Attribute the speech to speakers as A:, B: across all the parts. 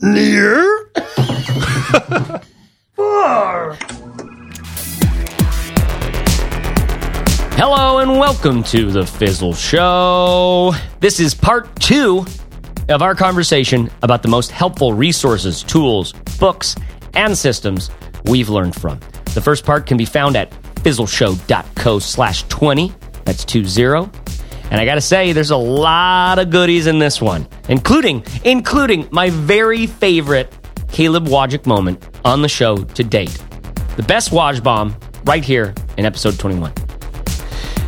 A: near.
B: Hello and welcome to the Fizzle Show. This is part two of our conversation about the most helpful resources, tools, books, and systems we've learned from. The first part can be found at fizzleshow.co slash 20. That's 20. And I gotta say, there's a lot of goodies in this one, including, including my very favorite Caleb Wojcik moment on the show to date. The best Woj bomb right here in episode 21.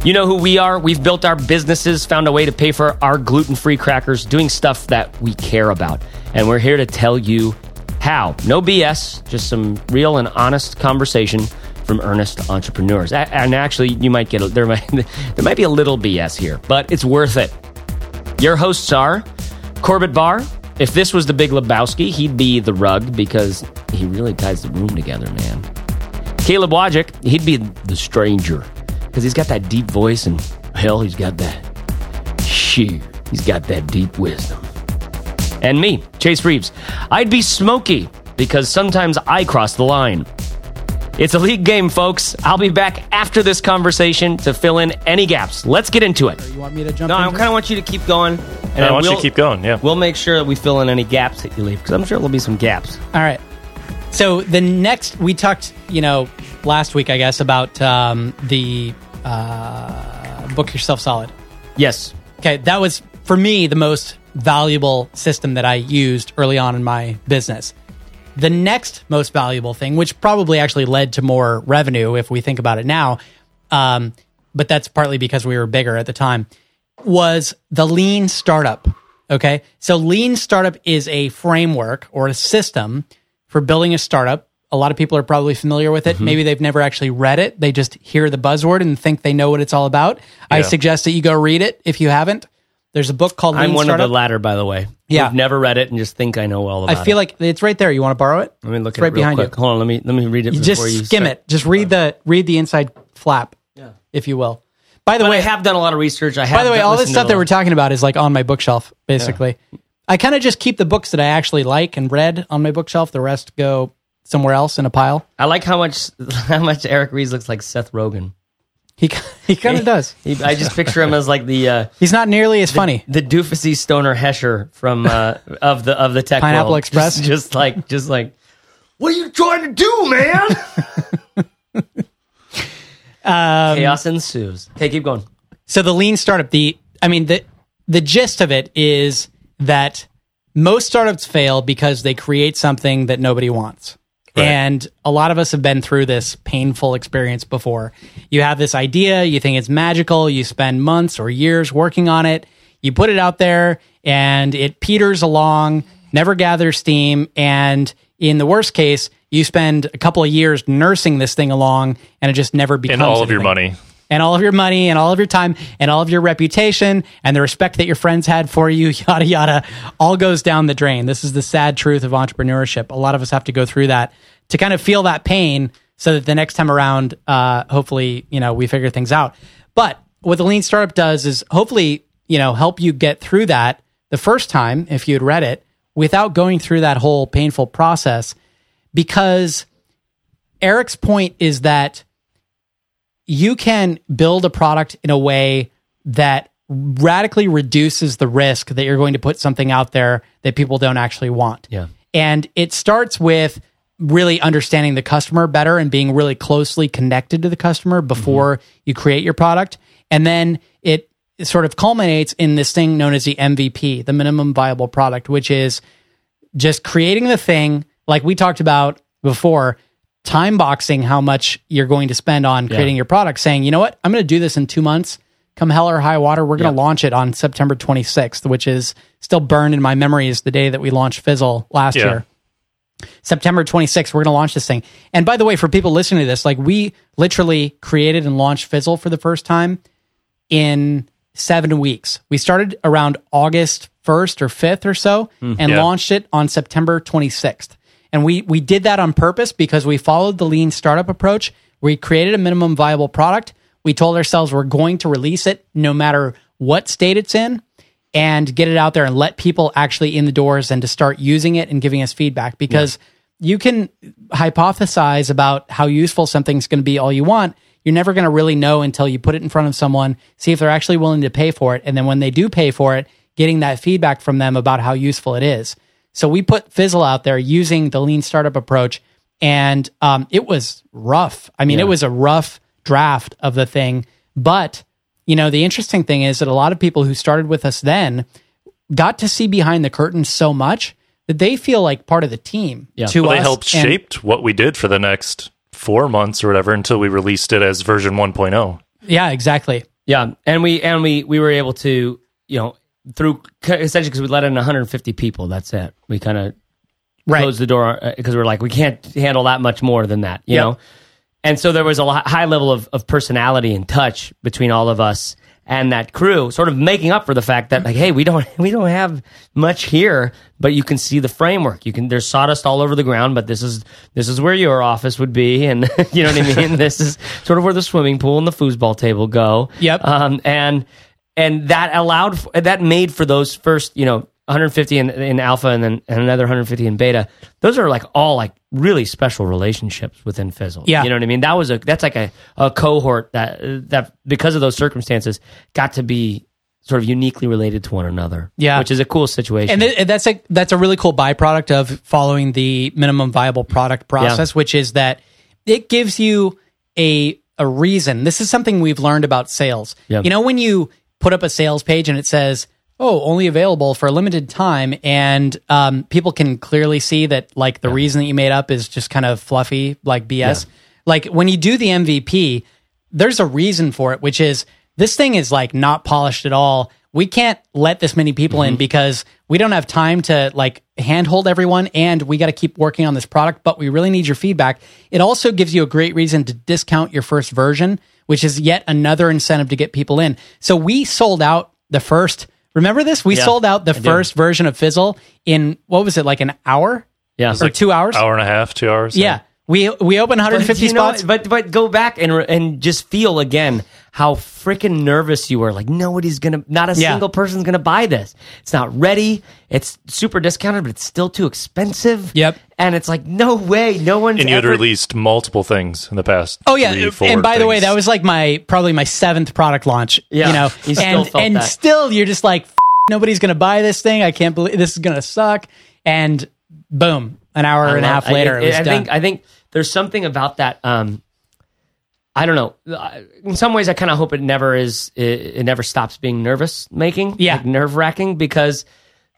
B: You know who we are. We've built our businesses, found a way to pay for our gluten free crackers, doing stuff that we care about. And we're here to tell you how. No BS, just some real and honest conversation from earnest entrepreneurs. A- And actually, you might get a, there might there might be a little BS here, but it's worth it. Your hosts are Corbett Barr. If this was the Big Lebowski, he'd be the rug because he really ties the room together, man. Caleb Wojcik, he'd be the stranger because he's got that deep voice and hell, he's got that sheer. He's got that deep wisdom. And me, Chase Reeves, I'd be smoky because sometimes I cross the line. It's a league game, folks. I'll be back after this conversation to fill in any gaps. Let's get into it.
C: You want me to jump?
B: No, I
C: into
B: kind of want you to keep going. And
D: I
B: then
D: want you
B: we'll-
D: to keep going. Yeah.
B: We'll make sure that we fill in any gaps that you leave because I'm sure there'll be some gaps.
C: it? All right. So the next we talked, you know, last week I guess about um, the uh, book yourself solid.
B: Yes.
C: Okay, that was for me the most valuable system that I used early on in my business. The next most valuable thing, which probably actually led to more revenue if we think about it now, um, but that's partly because we were bigger at the time, was the lean startup. Okay. So, lean startup is a framework or a system for building a startup. A lot of people are probably familiar with
B: Mm-hmm.
C: it. Maybe they've never actually read it. They just hear the buzzword and think they know what it's all about. I suggest that you go read it if you haven't. There's a book called
B: I'm
C: Lean
B: one
C: Startup.
B: of the latter, by the way.
C: Yeah.
B: I've never read it and just think I know all about it.
C: I feel like it's right there. You want to borrow it?
B: Let me look
C: it's
B: at
C: right
B: it real
C: behind
B: quick.
C: you.
B: Hold on, let me let me read it.
C: Just
B: before you
C: skim
B: start.
C: it. Just read the read the inside flap, if you will. By the
B: But
C: way,
B: I have done a lot of research. I have
C: by the way, all this stuff that we're
B: talking
C: talking about is like on my bookshelf, basically. I kind of just keep the books that I actually like and read on my bookshelf. The rest go somewhere else in a pile.
B: I like how much how much Eric Rees looks like Seth Rogen.
C: He he kind of does.
B: He, I just picture him as like the uh,
C: He's not nearly as funny.
B: the doofusy stoner Hesher from uh, of the of the tech
C: Pineapple
B: world.
C: Express?
B: Just, just like just like what are you trying to do, man?
C: Um,
B: Chaos ensues. Okay, keep going.
C: So the lean startup, the I mean the the gist of it is that most startups fail because they create something that nobody wants. And a lot of us have been through this painful experience before. You have this idea, you think it's magical, you spend months or years working on it, you put it out there and it peters along, never gathers steam, and in the worst case, you spend a couple of years nursing this thing along and it just never becomes
D: And all of your
C: anything
D: money.
C: and all of your money and all of your time and all of your reputation and the respect that your friends had for you, yada, yada, all goes down the drain. This is the sad truth of entrepreneurship. A lot of us have to go through that to kind of feel that pain so that the next time around, uh, hopefully, you know, we figure things out. But what the lean startup does is hopefully, you know, help you get through that the first time if you'd read it without going through that whole painful process because Eric's point is that you can build a product in a way that radically reduces the risk that you're going to put something out there that people don't actually want.
B: Yeah.
C: And it starts with really understanding the customer better and being really closely connected to the customer before you create your product. And then it sort of culminates in this thing known as the MVP, the minimum viable product, which is just creating the thing like we talked about before time boxing how much you're going to spend on creating your product saying you know what i'm going to do this in two months come hell or high water we're going to launch it on september 26th which is still burned in my memory is the day that we launched fizzle last
D: Yeah.
C: year september 26th we're going to launch this thing and by the way for people listening to this like we literally created and launched fizzle for the first time in seven weeks. We started around August 1st or 5th or so and
D: Yeah.
C: launched it on September 26th. And we, we did that on purpose because we followed the lean startup approach. We created a minimum viable product. We told ourselves we're going to release it no matter what state it's in. and get it out there and let people actually in the doors and to start using it and giving us feedback because you can hypothesize about how useful something's going to be all you want. You're never going to really know until you put it in front of someone, see if they're actually willing to pay for it. And then when they do pay for it, getting that feedback from them about how useful it is. So we put Fizzle out there using the lean startup approach and um, it was rough. I mean, it was a rough draft of the thing, but you know, the interesting thing is that a lot of people who started with us then got to see behind the curtain so much that they feel like part of the team. Yeah. To
A: Well,
C: us
A: they helped
C: and-
A: shaped what we did for the next four months or whatever until we released it as version oh. 1.0.
C: yeah, exactly.
B: Yeah, and we and we we were able to you know through essentially because we let in 150 people. That's it. We kind of
C: Right.
B: closed the door because we're like we can't handle that much more than that, you
C: Yep.
B: know. And so there was a lot, high level of, of personality and touch between all of us and that crew, sort of making up for the fact that like, hey, we don't we don't have much here, but you can see the framework. You can there's sawdust all over the ground, but this is this is where your office would be, and you know what I mean. this is sort of where the swimming pool and the foosball table go.
C: Yep.
B: Um, and and that allowed f- that made for those first you know 150 in, in alpha and then and another 150 in beta those are like all like really special relationships within fizzle
C: Yeah.
B: you know what i mean that was a that's like a, a cohort that that because of those circumstances got to be sort of uniquely related to one another
C: Yeah.
B: which is a cool situation
C: And, th- and that's a that's a really cool byproduct of following the minimum viable product process, which is that it gives you a a reason. This is something we've learned about sales.
B: Yeah.
C: You know, when you put up a sales page and it says, "Oh, only available for a limited time," and um, people can clearly see that like the reason that you made up is just kind of fluffy, like BS. Like when you do the MVP, there's a reason for it, which is this thing is like not polished at all. We can't let this many people
B: Mm-hmm.
C: in because we don't have time to like handhold everyone and we got to keep working on this product, but we really need your feedback. It also gives you a great reason to discount your first version, which is yet another incentive to get people in. So we sold out the first, remember this? We sold out the first version of Fizzle in what was it, like an hour?
B: yeah
C: Or two hours?
A: Hour and a half, two hours.
C: Yeah. We we opened 150
B: you know,
C: spots.
B: but but go back and re- and just feel again how freaking nervous you were. Like nobody's gonna, not a
C: Yeah.
B: single person's gonna buy this. It's not ready. It's super discounted, but it's still too expensive.
C: Yep.
B: And it's like no way, no one's
A: And you had
B: ever-
A: released multiple things in the past.
C: Oh yeah,
A: three, four
C: and by the way,
A: things.
C: that was like my probably my seventh product launch.
B: Yeah,
C: you know,
B: you still
C: and
B: felt
C: and
B: that.
C: still you're just like "F- nobody's gonna buy this thing. I can't believe this is gonna suck. And boom, an hour and a half
B: I-
C: later,
B: I,
C: it was
B: I
C: done.
B: think I think there's something about that. Um, I don't know. I- In some ways, I kind of hope it never is. It, it never stops being nervous making,
C: Yeah.
B: nerve wracking because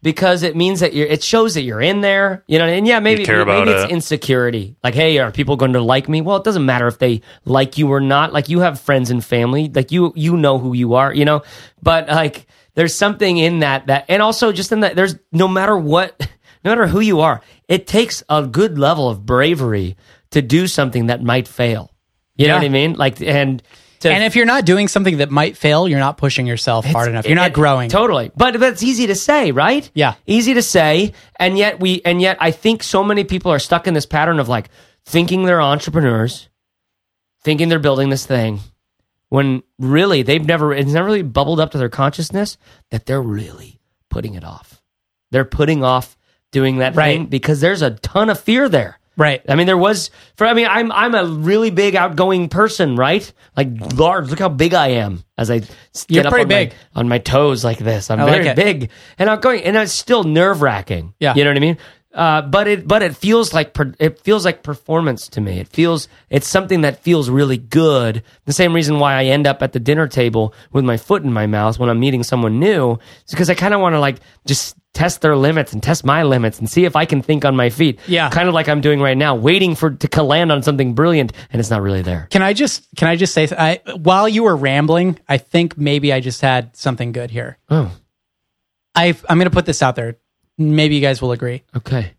B: because it means that you're. It shows that you're in there, you know. And yeah, maybe
A: care about
B: maybe it's
A: it.
B: insecurity. Like, hey, are people going to like me? Well, it doesn't matter if they like you or not. Like, you have friends and family. Like, you you know who you are, you know. But like, there's something in that that, and also just in that, there's no matter what, no matter who you are, it takes a good level of bravery to do something that might fail. You know
C: Yeah.
B: what I mean? Like, and to,
C: and if you're not doing something that might fail, you're not pushing yourself hard enough. You're
B: it-
C: not growing.
B: Totally. But that's easy to say, right?
C: Yeah.
B: Easy to say. And yet we and yet I think so many people are stuck in this pattern of like thinking they're entrepreneurs, thinking they're building this thing, when really they've never it's never really bubbled up to their consciousness that they're really putting it off. They're putting off doing that
C: Right.
B: thing because there's a ton of fear there.
C: Right.
B: I mean, there was for. I mean, I'm I'm a really big outgoing person, right? Like large. Look how big I am. As I stand
C: You're
B: up
C: pretty
B: on my-
C: big.
B: on my toes like this. I'm
C: I like
B: very
C: it.
B: big and outgoing, and it's still nerve wracking.
C: Yeah.
B: you know what I mean. Uh, but it but it feels like per, it feels like performance to me. It feels it's something that feels really good. The same reason why I end up at the dinner table with my foot in my mouth when I'm meeting someone new is because I kind of want to like just test their limits and test my limits and see if I can think on my feet.
C: Yeah.
B: kind of like I'm doing right now, waiting for to land on something brilliant, and it's not really there.
C: Can I just can I just say I while you were rambling, I think maybe I just had something good here.
B: Oh,
C: I I'm gonna put this out there. Maybe you guys will agree.
B: okay.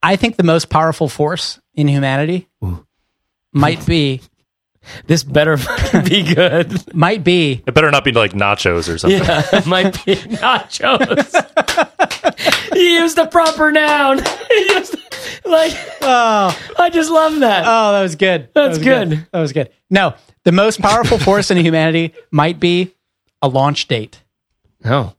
C: I think the most powerful force in humanity might be
B: This better be good.
C: might be
A: It better not be like nachos or something.
B: Yeah, might be nachos. he used the proper noun. He used like
C: oh
B: I just love that.
C: oh that was good that
B: That's
C: was
B: good.
C: that was good no the most powerful force in humanity might be a launch date
B: no,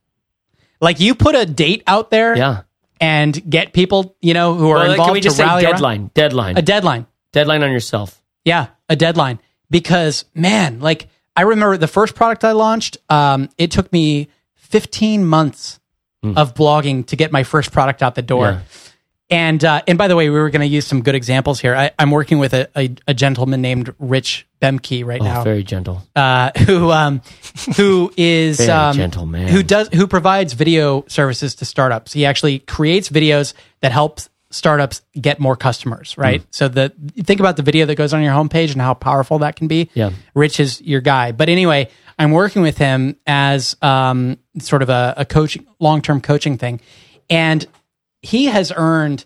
C: Like you put a date out there
B: Yeah.
C: and get people, you know, who are
B: Well,
C: involved
B: can we just
C: to
B: say
C: rally around-
B: deadline? Deadline.
C: A deadline.
B: deadline on yourself.
C: Yeah, a deadline. Because man, like I remember the first product I launched, um, it took me 15 months of blogging to get my first product out the door.
B: Hmm. Yeah.
C: And uh, and by the way, we were going to use some good examples here. I, I'm working with a, a, a gentleman named Rich Bemke right now,
B: Oh, Very gentle.
C: uh, who um, who is
B: Very
C: um,
B: gentle man.
C: who does who provides video services to startups. He actually creates videos that helps startups get more customers. Right.
B: Mm.
C: So the think about the video that goes on your homepage and how powerful that can be.
B: Yeah.
C: Rich is your guy. But anyway, I'm working with him as um, sort of a, a coaching long term coaching thing, and he has earned.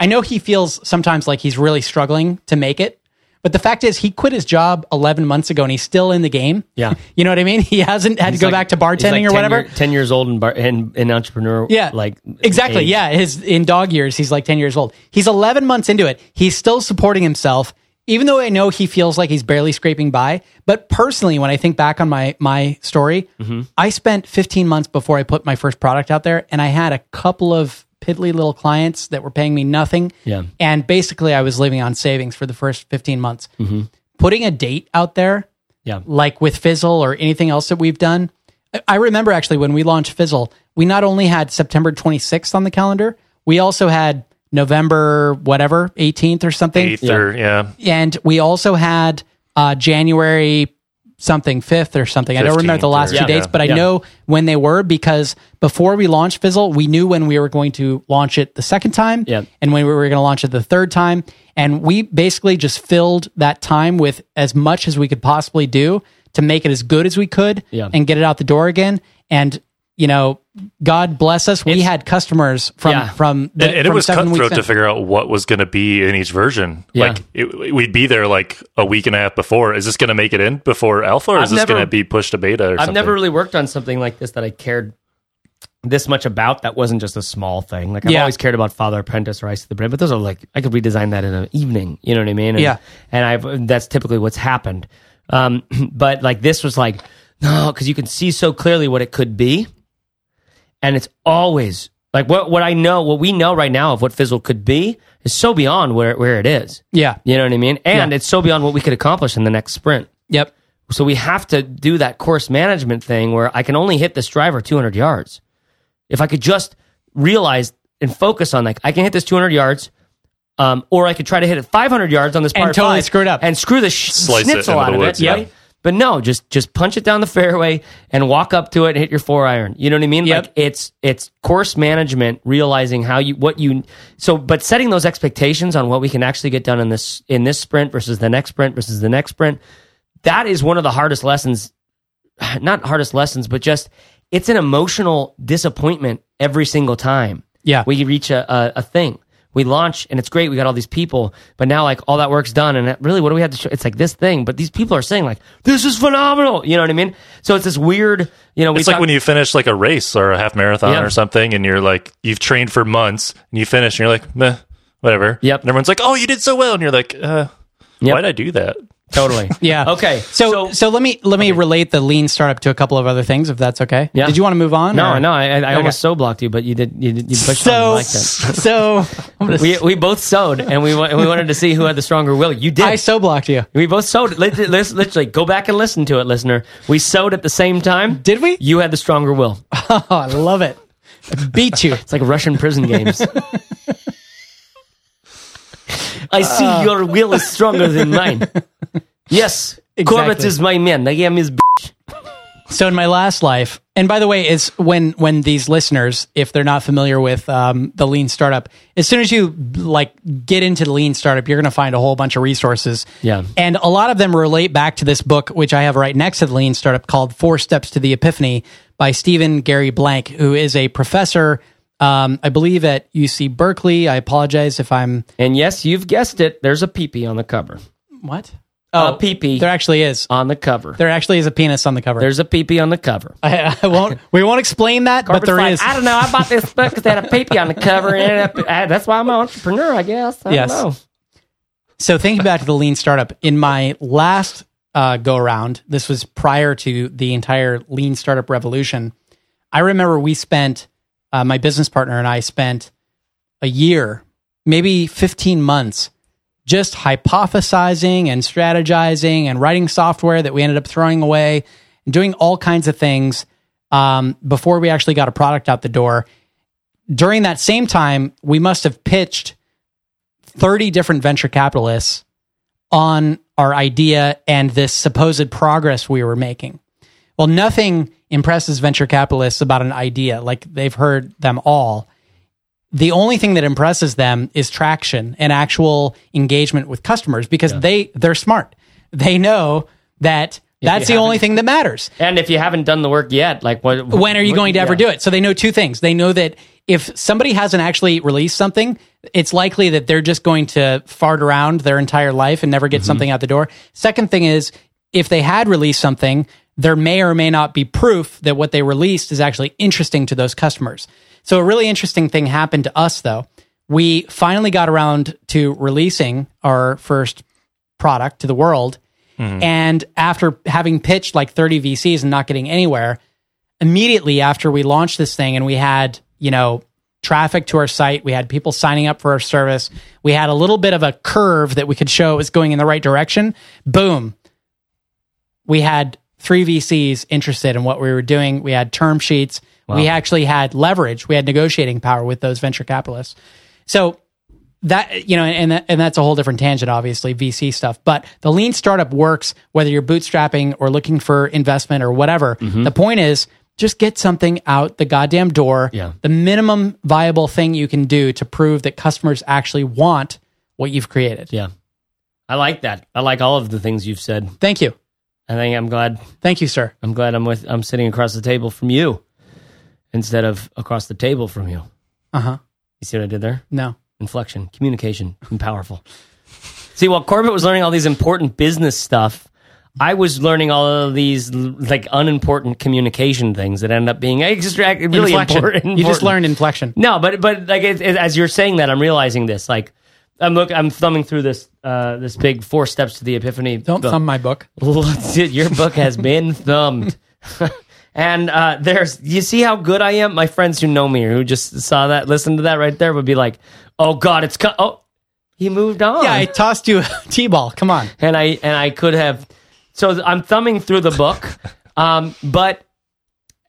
C: I know he feels sometimes like he's really struggling to make it, but the fact is he quit his job 11 months ago and he's still in the game.
B: Yeah.
C: you know what I mean? He hasn't had to go
B: He's
C: back
B: like-
C: to
B: he's like
C: bartending
B: 10
C: or whatever.
B: year- Ten years old and bar, and an entrepreneur.
C: Yeah.
B: like
C: exactly.
B: age.
C: Yeah. His in dog years, he's like 10 years old. He's 11 months into it. He's still supporting himself, even though I know he feels like he's barely scraping by. But personally, when I think back on my, my story,
B: Mm-hmm.
C: I spent 15 months before I put my first product out there and I had a couple of piddly little clients that were paying me nothing.
B: Yeah.
C: And basically I was living on savings for the first 15 months.
B: Mm-hmm.
C: Putting a date out there
B: yeah.
C: like with Fizzle or anything else that we've done. I- I remember actually when we launched Fizzle, we not only had September 26th on the calendar, we also had November whatever 18th or something,
A: Eighth or yeah,
C: and we also had uh, January something 5th or something. I don't remember
A: 15th
C: the
A: or-
C: last two
A: Yeah.
C: dates, but I
B: Yeah.
C: know when they were because before we launched Fizzle, we knew when we were going to launch it the second time
B: Yeah.
C: and when we were going to launch it the third time. And we basically just filled that time with as much as we could possibly do to make it as good as we could
B: Yeah.
C: and get it out the door again. And, you know, God bless us. We had customers from,
B: Yeah.
C: from, the,
A: and, and it
C: from
A: was
C: seven weeks
A: cutthroat
C: in.
A: to figure out what was going to be in each version.
B: Yeah.
A: Like it, we'd be there like a week and a half before. Is this going to make it in before alpha, or
B: I've
A: is this
B: never-
A: going to be pushed to beta? Or
B: I've
A: something?
B: never really worked on something like this that I cared this much about. That wasn't just a small thing. Like I've
C: Yeah.
B: always cared about Father Apprentice or Ice of the Bread, but those are like I could redesign that in an evening. You know what I mean? And,
C: Yeah.
B: And I've that's typically what's happened. Um, but like this was like no, because you can see so clearly what it could be, and it's always like what what I know, what we know right now of what Fizzle could be is so beyond where where it is.
C: yeah.
B: You know what I mean? And it's so beyond what we could accomplish in the next sprint.
C: Yep.
B: So we have to do that course management thing where I can only hit this driver 200 yards. If I could just realize and focus on like I can hit this 200 yards, um, or I could try to hit it 500 yards on this
C: And
B: par
C: totally
B: five
C: screw it up.
B: and screw the sh-
A: Slice it
B: schnitzel
A: into
B: out
A: the
B: of
A: woods,
B: it.
A: yeah.
B: Right? But no, just just punch it down the fairway and walk up to it and hit your four iron. You know what I mean?
C: Yep.
B: Like it's it's course management, realizing how you what you so but setting those expectations on what we can actually get done in this in this sprint versus the next sprint versus the next sprint. That is one of the hardest lessons not hardest lessons, but just it's an emotional disappointment every single time.
C: Yeah.
B: We reach a, a, a thing. We launch and it's great. We got all these people, but now like all that work's done. And that- really, what do we have to show? It's like this thing, but these people are saying like, this is phenomenal. You know what I mean? So it's this weird, you know, we
A: It's like
B: talk-
A: when you finish like a race or a half marathon
B: Yeah.
A: or something, and you're like you've trained for months, and you finish, and you're like, meh, whatever.
B: Yep.
A: And everyone's like, oh, you did so well, and you're like, uh, why'd I do that?
B: totally.
C: Yeah.
B: Okay.
C: So, so, let me let me relate the lean startup to a couple of other things, if that's okay.
B: Yeah.
C: Did you want to move on?
B: No,
C: or- oh,
B: no, I, I I almost so blocked you, but you did, you, did, you pushed on
C: So,
B: me like that.
C: so I'm gonna,
B: We, we both sewed and we, wa- and we wanted to see who had the stronger will. You did.
C: I so blocked you.
B: We both sewed. Lit- lit- lit- Literally, go back and listen to it, listener. We sewed at the same time.
C: Did we?
B: You had the stronger will. It's
C: Oh, I love it. I beat you.
B: like Russian prison games.
C: Ah.
B: I see your will is stronger than mine. Yes, Corbett
C: Exactly.
B: is my man. I am his. B-
C: So in my last life, and by the way, it's when when these listeners, if they're not familiar with um, the lean startup, as soon as you like get into the lean startup, you're going to find a whole bunch of resources.
B: Yeah.
C: and a lot of them relate back to this book, which I have right next to the lean startup, called Four Steps to the Epiphany by Stephen Gary Blank, who is a professor, um, I believe at UC Berkeley. I apologize if I'm
B: and yes, you've guessed it. There's a peepee on the cover.
C: what.
B: a peepee
C: Oh, There actually is.
B: on the cover.
C: There actually is a penis on the cover.
B: uh, There's a peepee on the cover.
C: I, I won't. We won't explain that, but
B: Corbett's
C: there
B: like,
C: is.
B: I don't know. I bought this book because it had a peepee on the cover, and it ended up- I- that's why I'm an entrepreneur, I guess. I
C: Yes.
B: Don't know.
C: So thinking back to the lean startup, in my last uh, go around, this was prior to the entire lean startup revolution. I remember we spent uh, my business partner and I spent a year, maybe 15 months, just hypothesizing and strategizing and writing software that we ended up throwing away and doing all kinds of things um, before we actually got a product out the door. During that same time, we must have pitched 30 different venture capitalists on our idea and this supposed progress we were making. Well, nothing impresses venture capitalists about an idea. Like they've heard them all. The only thing that impresses them is traction and actual engagement with customers because they they're smart. They know that that's the only thing that matters.
B: And if you haven't done the work yet, like what?
C: When are you going to ever do it? So they know two things. They know that if somebody hasn't actually released something, it's likely that they're just going to fart around their entire life and never get something out the door. Second thing is, if they had released something, there may or may not be proof that what they released is actually interesting to those customers. So a really interesting thing happened to us though. We finally got around to releasing our first product to the world. And after having pitched like 30 VCs and not getting anywhere, immediately after we launched this thing and we had, you know, traffic to our site, we had people signing up for our service, we had a little bit of a curve that we could show it was going in the right direction. Boom. We had three VCs interested in what we were doing. We had term sheets. We actually had leverage. We had negotiating power with those venture capitalists. So that you know and that, and that's a whole different tangent obviously vc stuff but the lean startup works whether you're bootstrapping or looking for investment or whatever
B: Mm-hmm.
C: the point is just get something out the goddamn door
B: Yeah.
C: the minimum viable thing you can do to prove that customers actually want what you've created
B: Yeah, I like that. I like all of the things you've said.
C: thank you
B: I think I'm glad.
C: thank you sir
B: I'm glad I'm with. I'm sitting across the table from you instead of across the table from you.
C: uh-huh
B: You see what I did there?
C: no
B: inflection, communication, and powerful. See, while Corbett was learning all these important business stuff, I was learning all of these l- like unimportant communication things that end up being extracted really
C: inflection
B: important.
C: you just
B: important.
C: learned inflection
B: No, but but like it, it- as you're saying that, I'm realizing this. Like I'm look, I'm thumbing through this uh this big four steps to the epiphany.
C: don't
B: book.
C: thumb my book
B: Let's see, Your book has been thumbed. and uh, there's, you see how good I am? My friends who know me or who just saw that, listened to that right there would be like, oh God, it's, co- oh, he moved on.
C: yeah i tossed you a t-ball come on
B: and I, and I could have, so th- I'm thumbing through the book, um, but,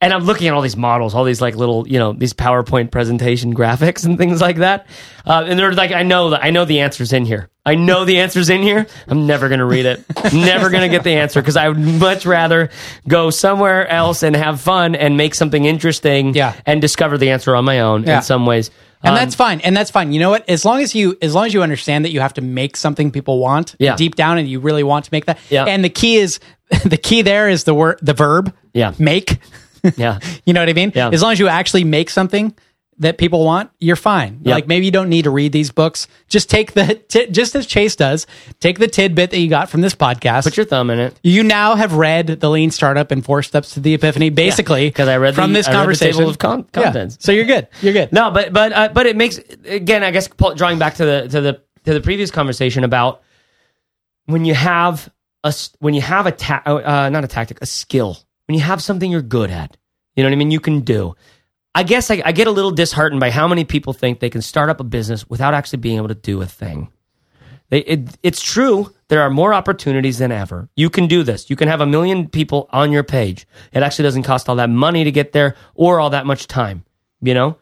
B: and I'm looking at all these models, all these like little, you know, these PowerPoint presentation graphics and things like that. Uh, and they're like, I know that I know the answer's in here. I know the answer's in here. I'm never gonna read it. never gonna get the answer because I would much rather go somewhere else and have fun and make something interesting.
C: Yeah.
B: And discover the answer on my own
C: Yeah.
B: in some ways.
C: and
B: Um,
C: that's fine and that's fine you know what as long as you as long as you understand that you have to make something people want
B: Yeah.
C: deep down and you really want to make that
B: Yeah.
C: and the key is the key there is the word the verb
B: Yeah.
C: make
B: yeah.
C: you know what i mean
B: Yeah.
C: as long as you actually make something that people want you're fine
B: Yep.
C: like maybe you don't need to read these books just take the ti- just as chase does take the tidbit that you got from this podcast
B: Put your thumb in Um, it.
C: you now have read the lean startup and four steps to the epiphany basically
B: because I read the-
C: from this
B: I read the
C: conversation
B: table of con-
C: Yeah.
B: contents.
C: so you're good you're good
B: No, but but uh, but it makes again. I guess pull- drawing back to the to the to the previous conversation about when you have a s- when you have a ta- uh, not a tactic a skill when you have something you're good at. You know what I mean? You can do. I guess I, I get a little disheartened by how many people think they can start up a business without actually being able to do a thing. They, it, it's true. There are more opportunities than ever. You can do this. You can have a million people on your page. It actually doesn't cost all that money to get there or all that much time. You know,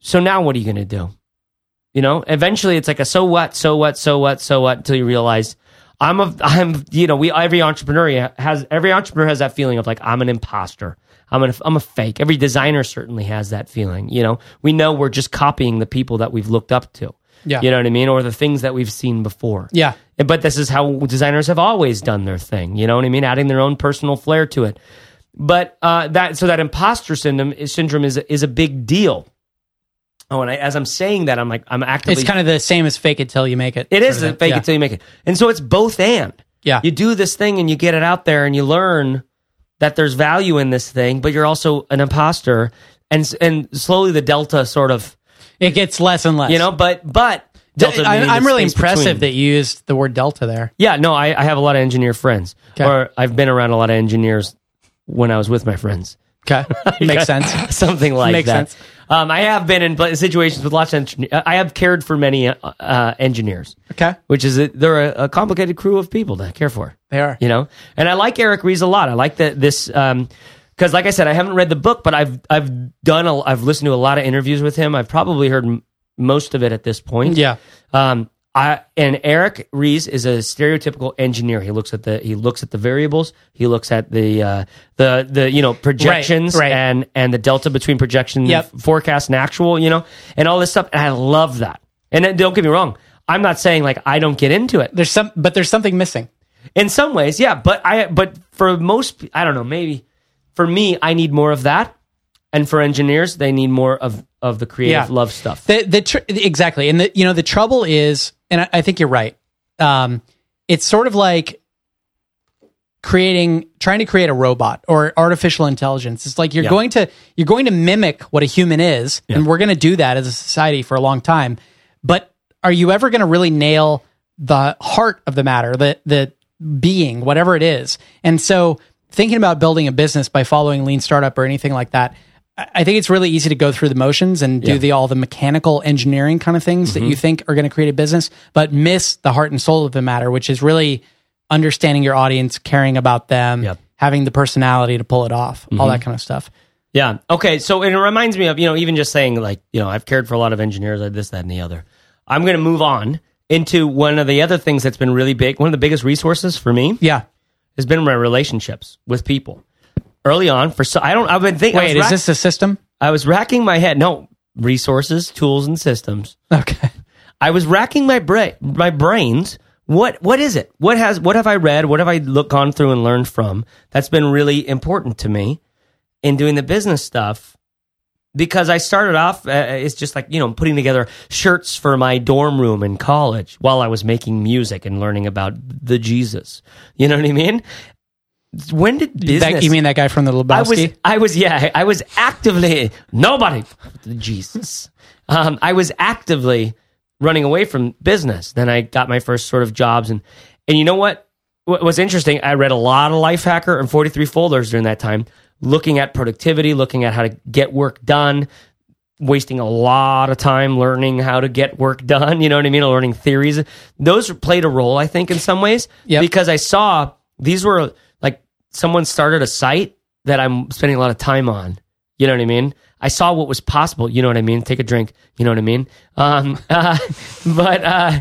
B: so now what are you going to do? You know, eventually it's like a so what, so what, so what, so what until you realize I'm a I'm you know, we every entrepreneur has every entrepreneur has that feeling of like I'm an imposter. I'm an I'm a fake. Every designer certainly has that feeling, you know. We know we're just copying the people that we've looked up to.
C: Yeah.
B: You know what I mean? Or the things that we've seen before.
C: yeah
B: But this is how designers have always done their thing. You know what I mean? Adding their own personal flair to it. But uh, that so that imposter syndrome is, syndrome is is a big deal. Oh, and I, as I'm saying that, I'm like I'm actively.
C: It's kind of the same as fake it till you make it.
B: it is
C: sort
B: a
C: of
B: fake
C: thing.
B: it till you make it, and so it's both and.
C: Yeah.
B: You do this thing and you get it out there and you learn that there's value in this thing, but you're also an imposter, and s- and slowly the delta sort of
C: Yeah. It gets less and less.
B: you know, but but
C: D-
B: delta meaning
C: I,
B: the
C: I'm really
B: space between.
C: impressive that you used the word delta there.
B: Yeah, no, I, I have a lot of engineer friends,
C: Okay.
B: or I've been around a lot of engineers when I was with my friends.
C: Okay, makes sense.
B: Something like
C: Makes
B: that.
C: sense.
B: Um, I have been in pla- situations with lots of engineers. I have cared for many uh, uh, engineers.
C: Okay.
B: Which is, a, they're a, a complicated crew of people to care for.
C: They are.
B: You know? And I like Eric Rees a lot. I like that this, um, because like I said, I haven't read the book, but I've I've done a, I've listened to a lot of interviews with him. I've probably heard m- most of it at this point.
C: Yeah.
B: Um, I and Eric Rees is a stereotypical engineer. He looks at the he looks at the variables. He looks at the uh, the the you know projections
C: right.
B: and and the delta between projection,
C: Yep.
B: forecast, and actual. You know, and all this stuff. And I love that. And then, don't get me wrong. I'm not saying like I don't get into it
C: There's some, but there's something missing.
B: in some ways. Yeah, but I but for most I don't know maybe for me I need more of that, and for engineers they need more of of the creative
C: Yeah.
B: love stuff.
C: The, the tr- exactly, and the you know the trouble is, and I, I think you're right. Um, it's sort of like creating, trying to create a robot or artificial intelligence. It's like you're going to you're going to mimic what a human is, and we're going to do that as a society for a long time. But are you ever going to really nail the heart of the matter, the the being, whatever it is? And so, thinking about building a business by following Lean Startup or anything like that. I I think it's really easy to go through the motions and do the all the mechanical engineering kind of things that you think are going to create a business, but miss the heart and soul of the matter, which is really understanding your audience, caring about them,
B: Yep. Mm-hmm.
C: having the personality to pull it off, all that kind of stuff.
B: Yeah. Okay. So and it reminds me of you know even just saying like you know I've cared for a lot of engineers like this that and the other. I'm going to move on into one of the other things that's been really big. One of the biggest resources for me
C: Yeah.
B: has been my relationships with people. Early on, for so I don't I've been thinking.
C: Wait, is this a system?
B: I was racking my head. No resources, tools, and systems.
C: Okay.
B: I was racking my bra- my brains. What what is it? What has what have I read? What have I look gone through and learned from? That's been really important to me in doing the business stuff because I started off uh, it's just like you know putting together shirts for my dorm room in college while I was making music and learning about the Jesus. You know what I mean? When did business?
C: That, you mean that guy from the
B: I
C: Lebowski?
B: was, I was, yeah, I was actively nobody. Jesus, um, I was actively running away from business. Then I got my first sort of jobs, and and you know what? What was interesting? I read a lot of Life Hacker and Forty Three Folders during that time, looking at productivity, looking at how to get work done, wasting a lot of time learning how to get work done. You know what I mean? Learning theories. Those played a role, I think, in some ways,
C: Yep.
B: because I saw these were like someone started a site that I'm spending a lot of time on. You know what I mean? I saw what was possible. You know what I mean? Take a drink. You know what I mean? Um, uh, but uh,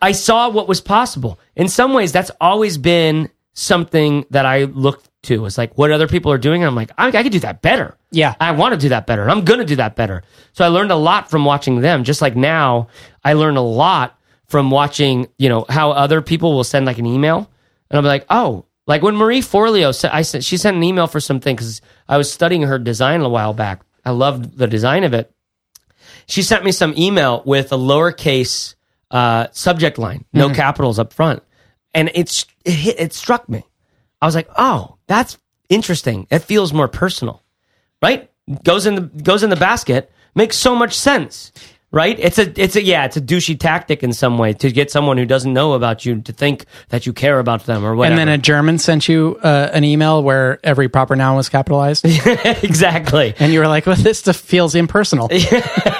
B: I saw what was possible. In some ways, that's always been something that I looked to. It's like what other people are doing. I'm like, I, I could do that better.
C: Yeah.
B: I want to do that better. I'm going to do that better. So I learned a lot from watching them. Just like now, I learned a lot from watching, you know, how other people will send like an email. And I'm like, oh, like when Marie Forleo, sent, I sent, she sent an email for something because I was studying her design a while back. I loved the design of it she sent me some email with a lowercase uh, subject line, no capitals up front, and it's it, hit, it struck me. I was like, oh, that's interesting. It feels more personal, right? Goes in the goes in the basket. Makes so much sense, right? It's a it's a yeah, it's a douchey tactic in some way to get someone who doesn't know about you to think that you care about them or whatever.
C: and then a German sent you uh, an email where every proper noun was capitalized,
B: exactly.
C: and you were like, "Well, this stuff feels impersonal."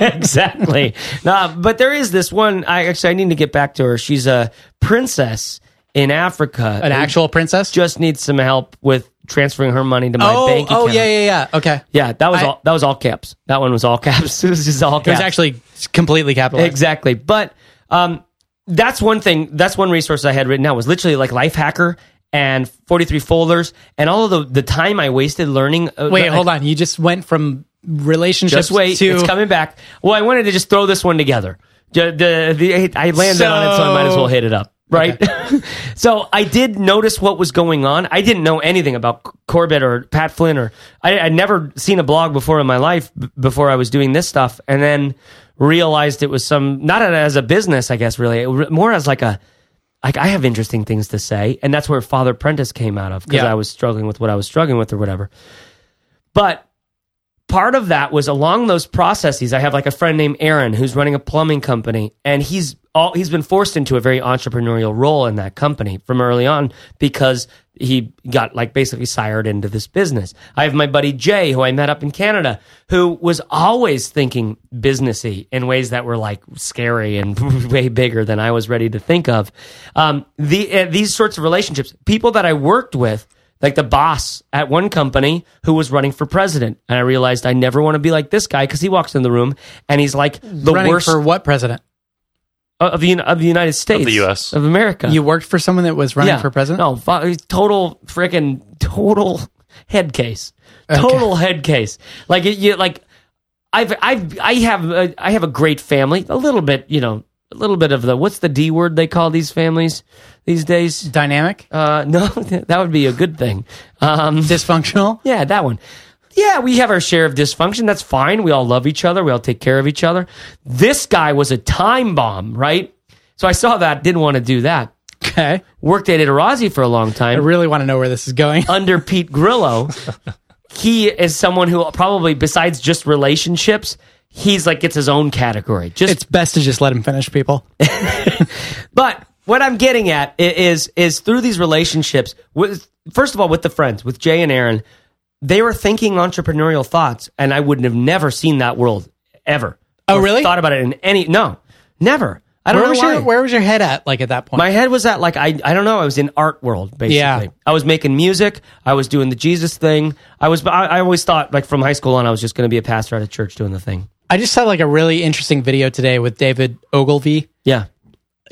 B: exactly. Nah, but there is this one. I actually I need to get back to her. She's a princess in Africa.
C: An actual princess?
B: just needs some help with transferring her money to my
C: oh,
B: bank account.
C: oh, yeah, yeah, yeah. Okay.
B: Yeah, that was
C: I-
B: all. That was all caps. That one was all caps. it was just all caps.
C: It was actually completely capitalized.
B: Exactly. But um, that's one thing. That's one resource I had written out was literally like Life Hacker and 43 folders and all of the, the time I wasted learning. uh,
C: Wait,
B: like-
C: hold on. You just went from relationships
B: Just wait,
C: to
B: it's coming back. Well, I wanted to just throw this one together. Ju- The, the, I landed on it, so I might as well hit it up. Right. so I did notice what was going on. I didn't know anything about C- Corbett or Pat Flynn or I, I'd never seen a blog before in my life b- before I was doing this stuff, and then realized it was some not as a business, I guess, really, more as like a like I have interesting things to say, and that's where Father Prentice came out of because
C: Yeah.
B: I was struggling with what I was struggling with or whatever. But part of that was along those processes. I have like a friend named Aaron who's running a plumbing company, and he's all he's been forced into a very entrepreneurial role in that company from early on because he got like basically sired into this business. I have my buddy Jay who I met up in Canada who was always thinking businessy in ways that were like scary and way bigger than I was ready to think of. Um, the uh, these sorts of relationships, people that I worked with like the boss at one company who was running for president. And I realized I never want to be like this guy because he walks in the room and he's like the
C: Running
B: worst
C: for what president?
B: of the of the United States
A: US.
B: of America.
C: You worked for someone that was running for president?
B: No, fu- total freaking total head case. Total head case. Like it, you like I've I've I have a, I have a great family. A little bit, you know, a little bit of the what's the D word they call these families these days?
C: Dynamic?
B: Uh no, that would be a good thing. Um
C: Dysfunctional?
B: yeah, that one. Yeah, we have our share of dysfunction. That's fine. We all love each other. We all take care of each other. This guy was a time bomb, right? So I saw that, didn't want to do that.
C: Okay.
B: Worked at Itarazzi for a long
C: I
B: time
C: really want to know where this is going.
B: under Pete Grillo. he is someone who probably, besides just relationships, he's like gets his own category. Just
C: It's best to just let him finish, people.
B: But what I'm getting at i- is is through these relationships with first of all with the friends with Jay and Aaron, they were thinking entrepreneurial thoughts, and I wouldn't have never seen that world ever.
C: Oh,
B: Or
C: really?
B: Thought about it in any no, never. I don't
C: Where
B: know
C: was
B: why.
C: your Where was your head at? Like at that point?
B: My head was at like I I don't know. I was in art world basically.
C: Yeah.
B: I was making music. I was doing the Jesus thing. I was I, I always thought like from high school on I was just going to be a pastor at a church doing the thing.
C: I just saw like a really interesting video today with David Ogilvy.
B: Yeah.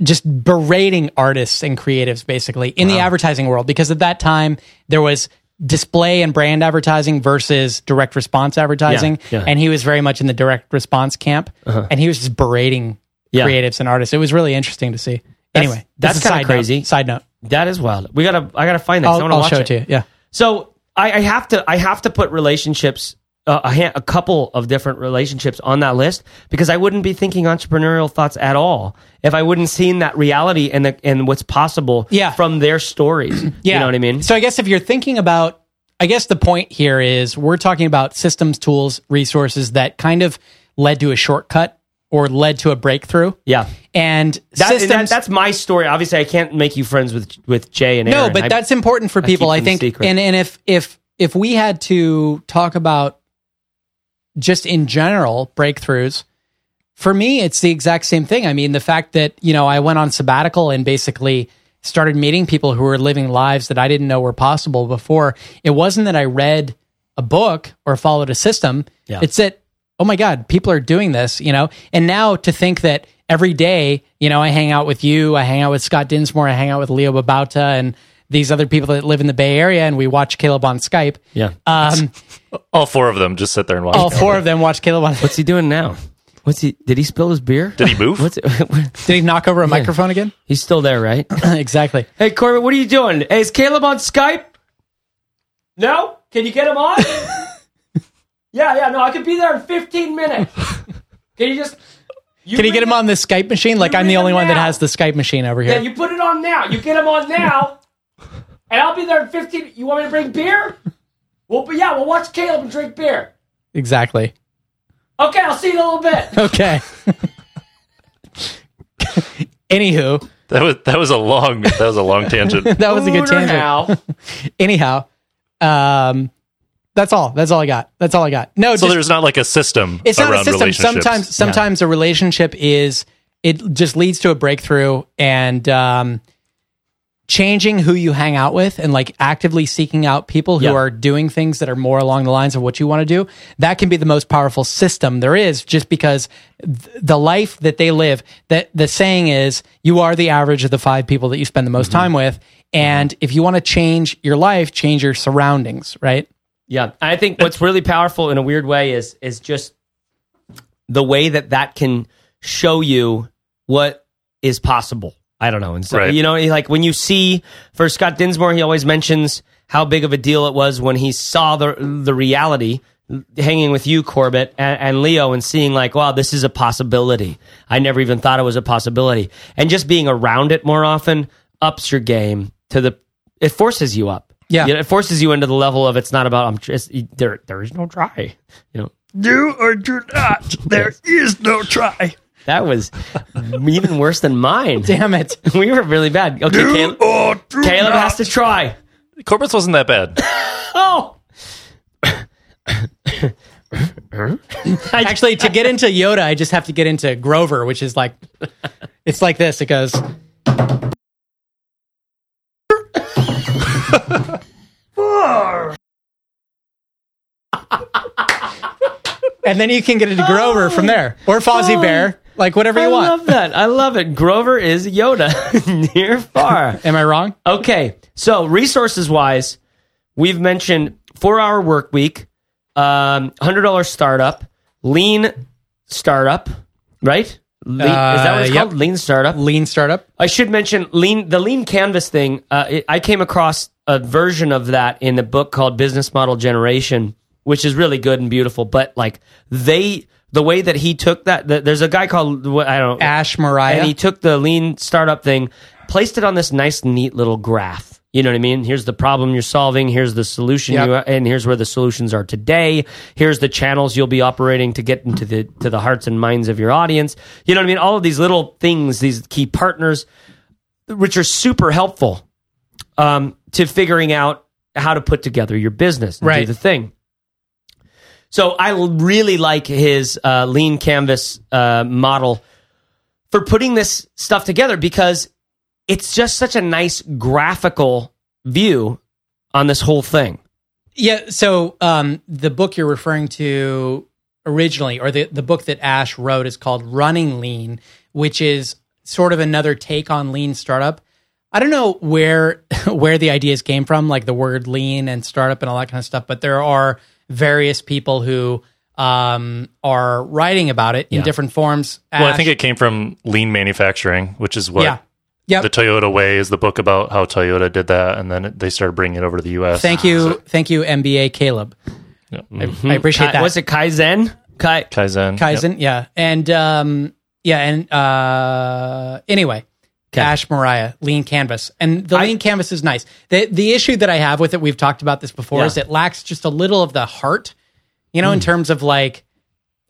C: just berating artists and creatives basically in the advertising world because at that time there was display and brand advertising versus direct response advertising
B: yeah. Uh-huh.
C: and he was very much in the direct response camp and he was just berating
B: Yeah.
C: creatives and artists it was really interesting to see anyway
B: that's
C: this is
B: kinda
C: side note-
B: crazy.
C: side note
B: That is wild. We gotta I gotta find that. 'cause I
C: i'll,
B: wanna
C: I'll
B: watch
C: show
B: it.
C: it to you yeah
B: So I, I have to I have to put relationships uh, a, ha- a couple of different relationships on that list because I wouldn't be thinking entrepreneurial thoughts at all if I wouldn't seen that reality and the, and what's possible
C: Yeah.
B: from their stories.
C: Yeah.
B: You know what I mean?
C: So I guess if you're thinking about, I guess the point here is we're talking about systems, tools, resources that kind of led to a shortcut or led to a breakthrough.
B: Yeah.
C: And
B: That, and
C: systems.
B: that- that's my story. Obviously, I can't make you friends with with Jay and
C: no,
B: Aaron.
C: but
B: I-
C: that's important for people. I
B: them
C: think.
B: secret.
C: And and if if if we had to talk about just in general breakthroughs, for me it's the exact same thing. I mean, the fact that you know I went on sabbatical and basically started meeting people who were living lives that I didn't know were possible before. It wasn't that I read a book or followed a system.
B: Yeah.
C: It's that oh my god, people are doing this, you know. And now to think that every day, you know, I hang out with you, I hang out with Scott Dinsmore, I hang out with Leo Babauta, and these other people that live in the Bay Area, and we watch Caleb on Skype.
B: yeah.
C: Um,
A: All four of them just sit there and watch.
C: all
A: it.
C: four of them watch Caleb on.
B: What's he doing now? What's he? Did he spill his beer?
A: Did he move?
B: What's it,
C: Did he knock over a microphone again?
B: he's still there, right?
C: exactly.
B: Hey Corbett, what are you doing? Hey, is Caleb on Skype? No? Can you get him on? yeah, yeah, no, I could be there in 15 minutes. Can you just you
C: Can you
B: bring
C: get him
B: it-
C: on the Skype machine? Like
B: You
C: I'm
B: read
C: the only
B: them
C: one that
B: now.
C: has the Skype machine over
B: Yeah,
C: here.
B: you put it on now. You get him on now. and I'll be there in 15 You want me to bring beer? Well, but yeah, we'll watch Caleb and drink beer.
C: Exactly.
B: Okay, I'll see you in a little bit.
C: Okay. Anywho,
A: That was that was a long that was a long tangent.
C: that was a good
B: Wonder
C: tangent.
B: how.
C: anyhow um that's all that's all i got that's all i got no
A: So
C: just,
A: there's not like a system
C: it's
A: around
C: not a system
A: relationships.
C: sometimes sometimes a relationship is it just leads to a breakthrough and um changing who you hang out with and like actively seeking out people who
B: Yeah.
C: are doing things that are more along the lines of what you want to do that can be the most powerful system there is just because th- the life that they live that the saying is you are the average of the five people that you spend the most
A: Mm-hmm.
C: time with and if you want to change your life change your surroundings right
B: Yeah, I think what's really powerful in a weird way is is just the way that that can show you what is possible. I don't know, and so
A: Right.
B: you know, like when you see for Scott Dinsmore, he always mentions how big of a deal it was when he saw the the reality hanging with you, Corbett and, and Leo, and seeing like, wow, this is a possibility. I never even thought it was a possibility, and just being around it more often ups your game to the. It forces you up.
C: Yeah.
B: You know, it forces you into the level of it's not about I'm just there there is no try. You know.
A: You or do not. There is no try.
E: That was even worse than mine.
C: Damn it.
E: We were really bad. Okay, Caleb, Caleb has to try.
A: Corbett's wasn't that bad.
E: Oh,
C: Actually, to get into Yoda, I just have to get into Grover, which is like, it's like this. It goes, and then you can get into Grover from there, or Fozzie Bear, like whatever
E: I
C: you want.
E: love that. I love it. Grover is Yoda, near far.
C: Am I wrong?
E: Okay, so resources wise, we've mentioned four hour work week, um, hundred dollar startup, lean startup, right? Lean, is that what it's
C: Uh, yep.
E: called? Lean startup.
C: Lean startup.
E: I should mention lean the lean canvas thing. Uh, it, I came across a version of that in a book called Business Model Generation, which is really good and beautiful. But like they, the way that he took that, the, there's a guy called what- I don't
C: Ash Mariah.
E: and he took the lean startup thing, placed it on this nice, neat little graph. You know what I mean? Here's the problem you're solving. Here's the solution,
C: Yep.
E: you, and here's where the solutions are today. Here's the channels you'll be operating to get into the to the hearts and minds of your audience. You know what I mean? All of these little things, these key partners, which are super helpful um, to figuring out how to put together your business, and do
C: Right.
E: the thing. So I l- really like his uh, lean canvas uh, model for putting this stuff together because it's just such a nice graphical view on this whole thing.
C: Yeah. So um, the book you're referring to originally, or the, the book that Ash wrote, is called Running Lean, which is sort of another take on lean startup. I don't know where where the ideas came from, like the word lean and startup and all that kind of stuff. But there are various people who um, are writing about it in different forms.
A: Well, I
C: Ash-
A: think it came from lean manufacturing, which is what
C: yeah, yep.
A: the Toyota way is the book about how Toyota did that, and then it, they started bringing it over to the U.S.
C: thank you, thank you, MBA Caleb. I, I
A: Mm-hmm.
C: appreciate
E: Kai,
C: that.
E: what's it Kaizen? Kai,
A: Kaizen.
C: Kaizen, yeah, and um, yeah, and uh, anyway, Ash Mariah, Lean Canvas, and the Lean Canvas is nice. the The issue that I have with it, we've talked about this before,
E: Yeah.
C: is it lacks just a little of the heart, you know, in
E: Hmm.
C: terms of like,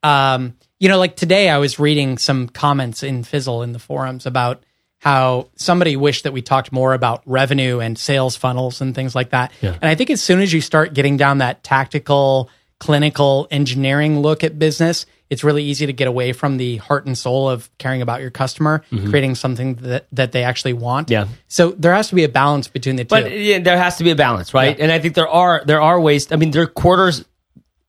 C: um, you know, like today I was reading some comments in Fizzle in the forums about how somebody wished that we talked more about revenue and sales funnels and things like that. And I think as soon as you start getting down that tactical, clinical engineering look at business, it's really easy to get away from the heart and soul of caring about your customer, creating something that, that they actually want.
E: Mm-hmm. Yeah.
C: So there has to be a balance between the two.
E: But yeah, there has to be a balance, right? And I think there are there are ways. I mean, there are quarters.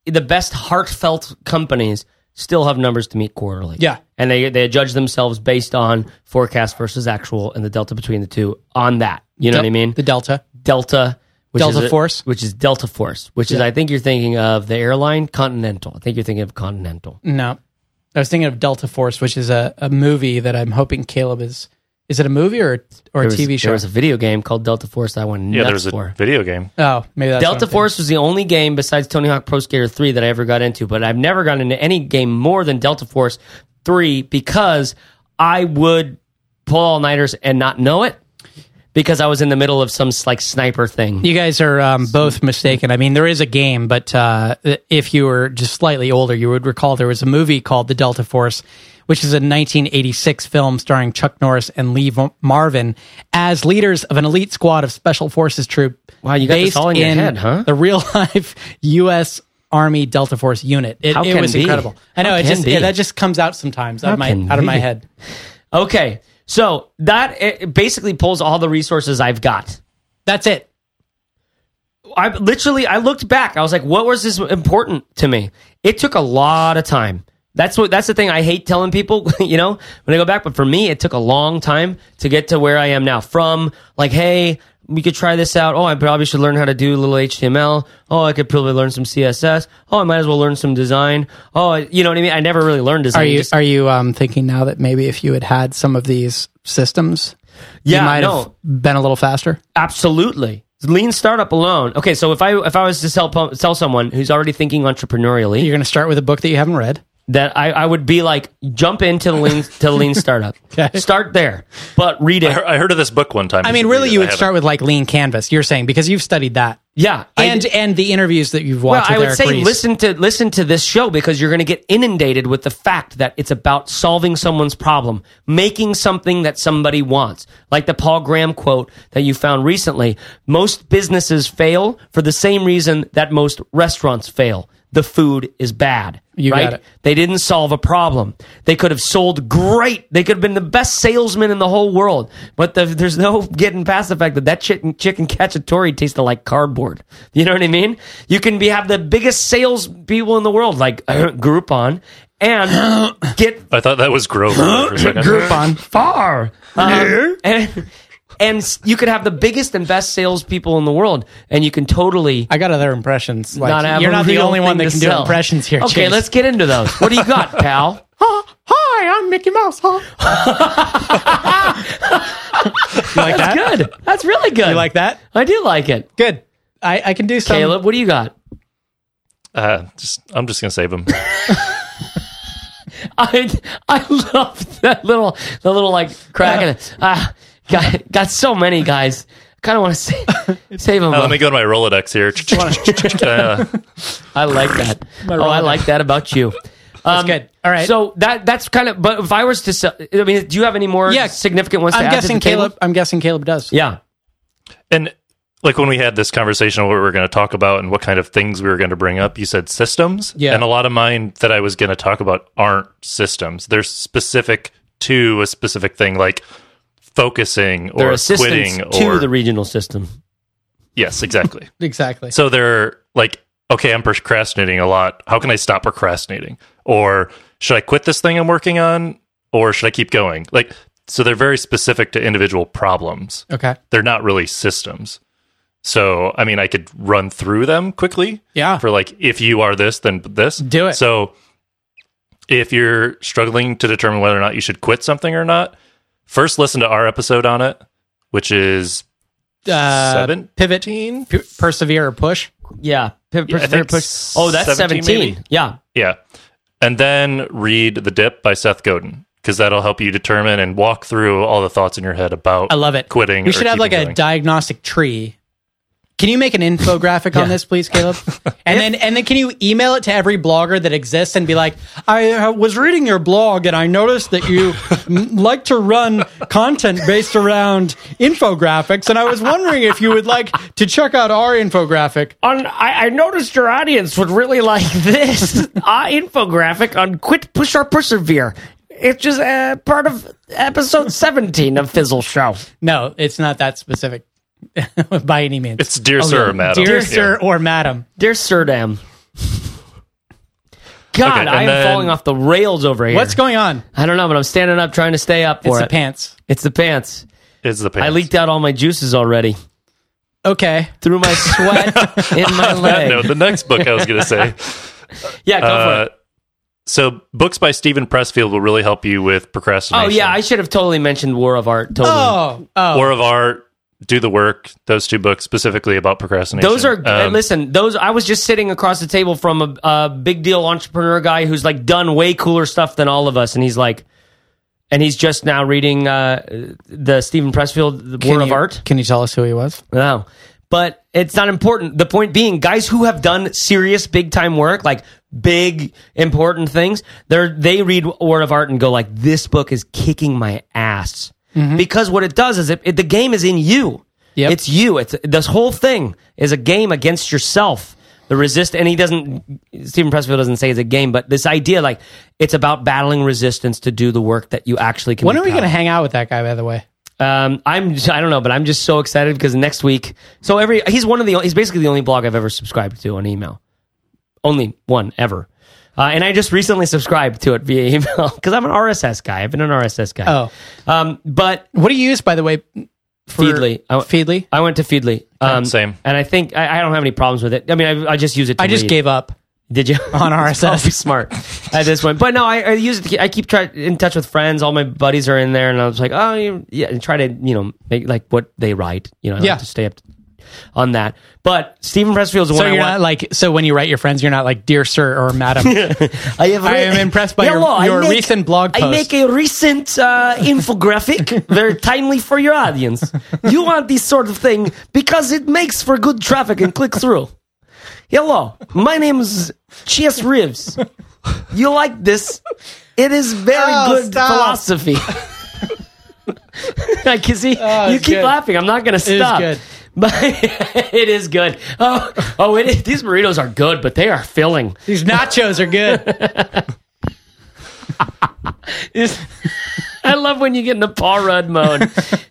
E: The best heartfelt companies still have numbers to meet quarterly.
C: Yeah.
E: and they they judge themselves based on forecast versus actual and the delta between the two on that. You know what I mean?
C: The delta.
E: Delta. Which
C: Delta
E: is a-
C: Force?
E: which is Delta Force, which is I think you're thinking of the airline Continental. I think you're thinking of Continental.
C: No. I was thinking of Delta Force, which is a, a movie that I'm hoping Caleb is. Is it a movie or, or a
E: There was-
C: TV show?
E: There was a video game called Delta Force that I went
A: Yeah,
E: nuts
A: there's a
E: for.
A: video game.
C: oh, maybe that's what I'm
E: Delta
C: thinking.
E: Force was the only game besides Tony Hawk Pro Skater 3 that I ever got into, but I've never gotten into any game more than Delta Force 3 because I would pull all nighters and not know it because I was in the middle of some like sniper thing.
C: You guys are um, both mistaken. I mean, there is a game, but uh, if you were just slightly older, you would recall there was a movie called The Delta Force, which is a 1986 film starring Chuck Norris and Lee Von- Marvin as leaders of an elite squad of Special Forces troop.
E: Wow, you got this
C: based
E: all in your head, huh?
C: The real life U.S. Army Delta Force unit. It,
E: How
C: it
E: can
C: was
E: be?
C: incredible. I know
E: How
C: it
E: can
C: just
E: be?
C: it- that just comes out sometimes out of my
E: can
C: out of my
E: be?
C: head.
E: Okay. So that it it basically pulls all the resources I've got.
C: That's it.
E: I literally I looked back. I was like, what was this important to me? It took a lot of time. That's what that's the thing I hate telling people, you know, when I go back. But for me, it took a long time to get to where I am now. From like, hey, we could try this out. Oh, I probably should learn how to do a little HTML. Oh, I could probably learn some CSS. Oh, I might as well learn some design. Oh, I- you know what I mean? I never really learned design.
C: Are you
E: Just-
C: are you um, thinking now that maybe if you had had some of these systems,
E: Yeah,
C: you might have
E: no.
C: been a little faster?
E: Absolutely. Lean startup alone. Okay, so if I if I was to sell sell someone who's already thinking entrepreneurially,
C: You're going to start with a book that you haven't read.
B: that I, I would be like, jump into the lean to lean startup.
C: Okay.
B: Start there, but read it.
A: I heard- I heard of this book one time.
C: I mean,
A: should
C: really,
A: read it.
C: you
A: I
C: would
A: haven't.
C: start with like lean canvas. You're saying because you've studied that,
B: yeah, I-
C: and and the interviews that you've
B: well,
C: watched.
B: I
C: with
B: would
C: Eric
B: say
C: Ries.
B: listen to listen to this show because you're going to get inundated with the fact that it's about solving someone's problem, making something that somebody wants. Like the Paul Graham quote that you found recently, most businesses fail for the same reason that most restaurants fail. The food is bad.
C: You
B: right?
C: got it.
B: They didn't solve a problem. They could have sold great. They could have been the best salesman in the whole world. But the, there's no getting past the fact that that chicken, chicken cacciatore tasted like cardboard. You know what I mean? You can be have the biggest sales people in the world, like Groupon, and get
A: I thought that was Grover. for a second.
B: Groupon far. Um, and, and you could have the biggest and best salespeople in the world, and you can totally
C: I got other impressions. Like,
B: not have
C: you're
B: a
C: not the
B: real
C: only one
B: thing
C: that
B: to
C: can do
B: sell.
C: impressions here.
B: Okay,
C: Chase.
B: let's get into those. What do you got, pal?
C: Hi, I'm Mickey Mouse. Huh? you like that?
B: Good. That's really good.
C: You like Um, that?
B: I do like it.
C: Good. I, I can do some.
B: Caleb, what do you got?
A: Uh, just, I'm just gonna save him.
B: I I love that little the little like crack in it. Ah, got got so many guys. Kind of want to save save them.
A: Uh,
C: Oh.
A: let me go to my Rolodex here. Uh,
B: I like that. oh, I like that about you. Um,
C: good. All right.
B: So that that's kind of. But if I was to, sell, I mean, do you have any more
C: Yeah.
B: significant ones? to
C: I'm
B: add to
C: guessing
B: the table?
C: Caleb. I'm guessing Caleb does.
B: Yeah.
A: and like when we had this conversation, of what we were going to talk about and what kind of things we were going to bring up, you said systems.
C: Yeah.
A: And a lot of mine that I was going to talk about aren't systems. They're specific to a specific thing, like focusing
B: Their
A: or
B: assistance
A: quitting
B: to
A: or
B: the regional system.
A: yes, exactly.
C: Exactly.
A: So they're like, okay, I'm procrastinating a lot. How can I stop procrastinating? Or should I quit this thing I'm working on? Or should I keep going? Like, so they're very specific to individual problems.
C: okay.
A: They're not really systems. So, I mean, I could run through them quickly
C: Yeah.
A: for like, if you are this, then this.
C: Do it.
A: So, if you're struggling to determine whether or not you should quit something or not, first listen to our episode on it, which is
C: Uh,
A: seven.
C: Pivot. P- persevere or push.
B: Yeah. P-
A: Yeah, I
B: persevere,
A: think
B: push. Oh, that's 17.
A: 17 maybe.
B: Yeah.
A: Yeah. And then read The Dip by Seth Godin because that'll help you determine and walk through all the thoughts in your head about
C: I love it.
A: quitting.
C: We
A: or
C: should have like
A: keeping
C: a
A: going.
C: diagnostic tree. Can you make an infographic on
B: Yeah.
C: this, please, Caleb? And then, and then, can you email it to every blogger that exists and be like, "I uh, was reading your blog and I noticed that you m- like to run content based around infographics, and I was wondering if you would like to check out our infographic."
B: on I, I noticed your audience would really like this uh, infographic on quit push or persevere it's just uh, part of episode 17 of fizzle show
C: No, it's not that specific by any means.
A: It's Dear Sir, Madam.
C: Oh, Dear
A: Yeah.
C: sir or madam.
B: dear sirdam god
A: Okay, and
B: i am
A: then-
B: falling off the rails over here
C: What's going on?
B: i don't know but i'm standing up trying to stay up for
C: It's the
B: it
C: pants.
B: it's the pants
A: It's the pants.
B: i leaked out all my juices already
C: Okay.
B: through my sweat in my
A: that
B: leg
A: note, the next book I was going to say.
B: yeah go for
A: Uh,
B: it
A: so, books by Stephen Pressfield will really help you with
B: oh
A: procrastination.
B: yeah i should have totally mentioned war of art totally
C: Oh, oh.
A: War of Art, Do the Work, those two books specifically about procrastination.
B: Those are uh,
A: Um,
B: listen. Those I was just sitting across the table from a, a big deal entrepreneur guy who's like done way cooler stuff than all of us, and he's like, and he's just now reading uh, the Stephen Pressfield the
C: Can
B: War of
C: you-
B: Art.
C: Can you tell us who he was?
B: No, Oh. but it's not important. The point being, guys who have done serious big time work, like big important things, they they read War of Art and go like, "This book is kicking my ass," because what it does is it, it- the game is in you.
C: Yep.
B: It's you. It's this whole thing is a game against yourself. The resist, and he doesn't. Stephen Pressfield doesn't say it's a game, but this idea, like, it's about battling resistance to do the work that you actually can.
C: When are we
B: become.
C: going to hang out with that guy, by the way?
B: Um, I'm I don't know, but I'm just so excited because next week. So every he's one of the he's basically the only blog I've ever subscribed to on email, only one ever. Uh, and I just recently subscribed to it via email because I'm an RSS guy. I've been an RSS guy.
C: Oh.
B: um, but
C: What do you use, by the way? For
B: Feedly. I-
C: Feedly?
B: I went to Feedly. Um,
A: Uh, same.
B: And I think I, I don't have any problems with it. I mean, I, I just use it. To
C: I just
B: read.
C: gave up.
B: Did you
C: On
B: It's
C: RSS.
B: probably smart at this point, but no, I, I use it. To, keep- I keep try in touch with friends. All my buddies are in there, and I was like, oh you- yeah, and try to you know make like what they write. You know, I like
C: Yeah.
B: to stay up. on that. But Stephen Pressfield's the
C: So
B: one I
C: you're
B: want.
C: not like so when you write your friends, you're not like dear sir or madam.
B: I, have
C: I am impressed by your-
B: I
C: your recent blog
B: I
C: post.
B: make a recent uh, infographic, very timely for your audience. You want this sort of thing because it makes for good traffic and click
C: Oh,
B: through. Hello, Oh, my name is Chess Reeves. You like this? It is very
C: Oh,
B: good
C: stop.
B: philosophy. I can see you
C: Oh, it's
B: keep
C: good.
B: laughing. I'm not going to
C: is
B: stop.
C: good.
B: But it is good. Oh, oh! It is, these burritos are good, but they are filling.
C: These nachos are good.
B: It's- I love when you get in the Paul Rudd mode.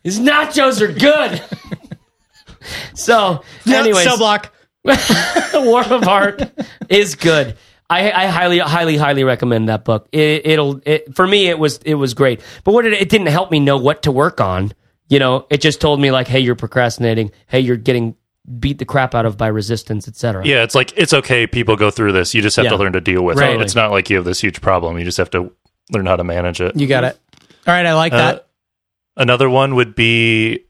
B: His nachos are good. So, anyways,
C: cell block.
B: The War of Art is good. I, I highly, highly, highly recommend that book. It, it'll it, for me. It was it was great, but what did it, it didn't help me know what to work on. You know, it just told me like, hey, you're procrastinating. Hey, you're getting beat the crap out of by resistance, etc.
A: Yeah, it's like it's okay. People go through this. You just have
B: Yeah.
A: to learn to deal with
B: Right.
A: it. It's not like you have this huge problem. You just have to learn how to manage it.
C: You got it. All right, I like
A: Uh,
C: that.
A: Another one would be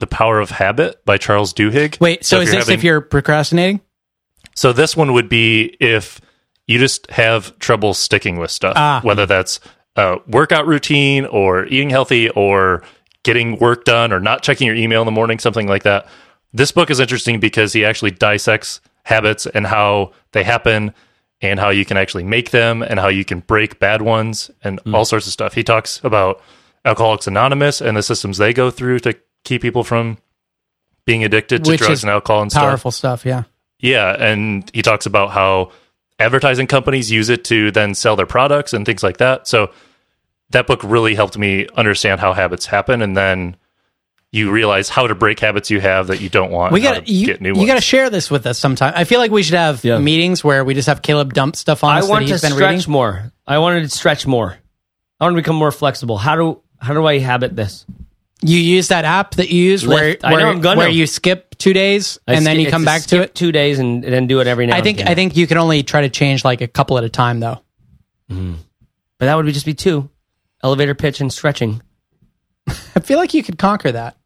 A: The Power of Habit by Charles Duhigg.
C: Wait, so, is this
A: having-
C: if you're procrastinating?
A: So this one would be if you just have trouble sticking with stuff,
C: Ah.
A: whether that's a workout routine or eating healthy or getting work done or not checking your email in the morning, something like that. This book is interesting because he actually dissects habits and how they happen and how you can actually make them and how you can break bad ones and
C: Hmm.
A: all sorts of stuff. He talks about Alcoholics Anonymous and the systems they go through to keep people from being addicted to
C: Which
A: drugs
C: is
A: and alcohol and stuff.
C: Powerful stuff, yeah.
A: Yeah, and he talks about how advertising companies use it to then sell their products and things like that. So that book really helped me understand how habits happen, and then you realize how to break habits you have that you don't want.
C: We
A: and how
C: got
A: to
C: you.
A: get new
C: you
A: ones.
C: got to share this with us sometime. I feel like we should have
B: Yeah.
C: meetings where we just have Caleb dump stuff on
B: I
C: us
B: want
C: that
B: to
C: he's
B: stretch
C: been reading.
B: more. I wanted to stretch more. I want to become more flexible. How do how do I habit this?
C: You use that app that you use where
B: Lyft. I know,
C: where,
B: I'm gonna.
C: where you skip two days
B: I
C: and then
B: skip-
C: you
B: it's
C: come
B: a
C: back to
B: skip
C: it.
B: two days and, and then do it every now.
C: I think
B: and again.
C: I think you can only try to change like a couple at a time though.
B: but that would be just be two elevator pitch and stretching.
C: I feel like you could conquer that.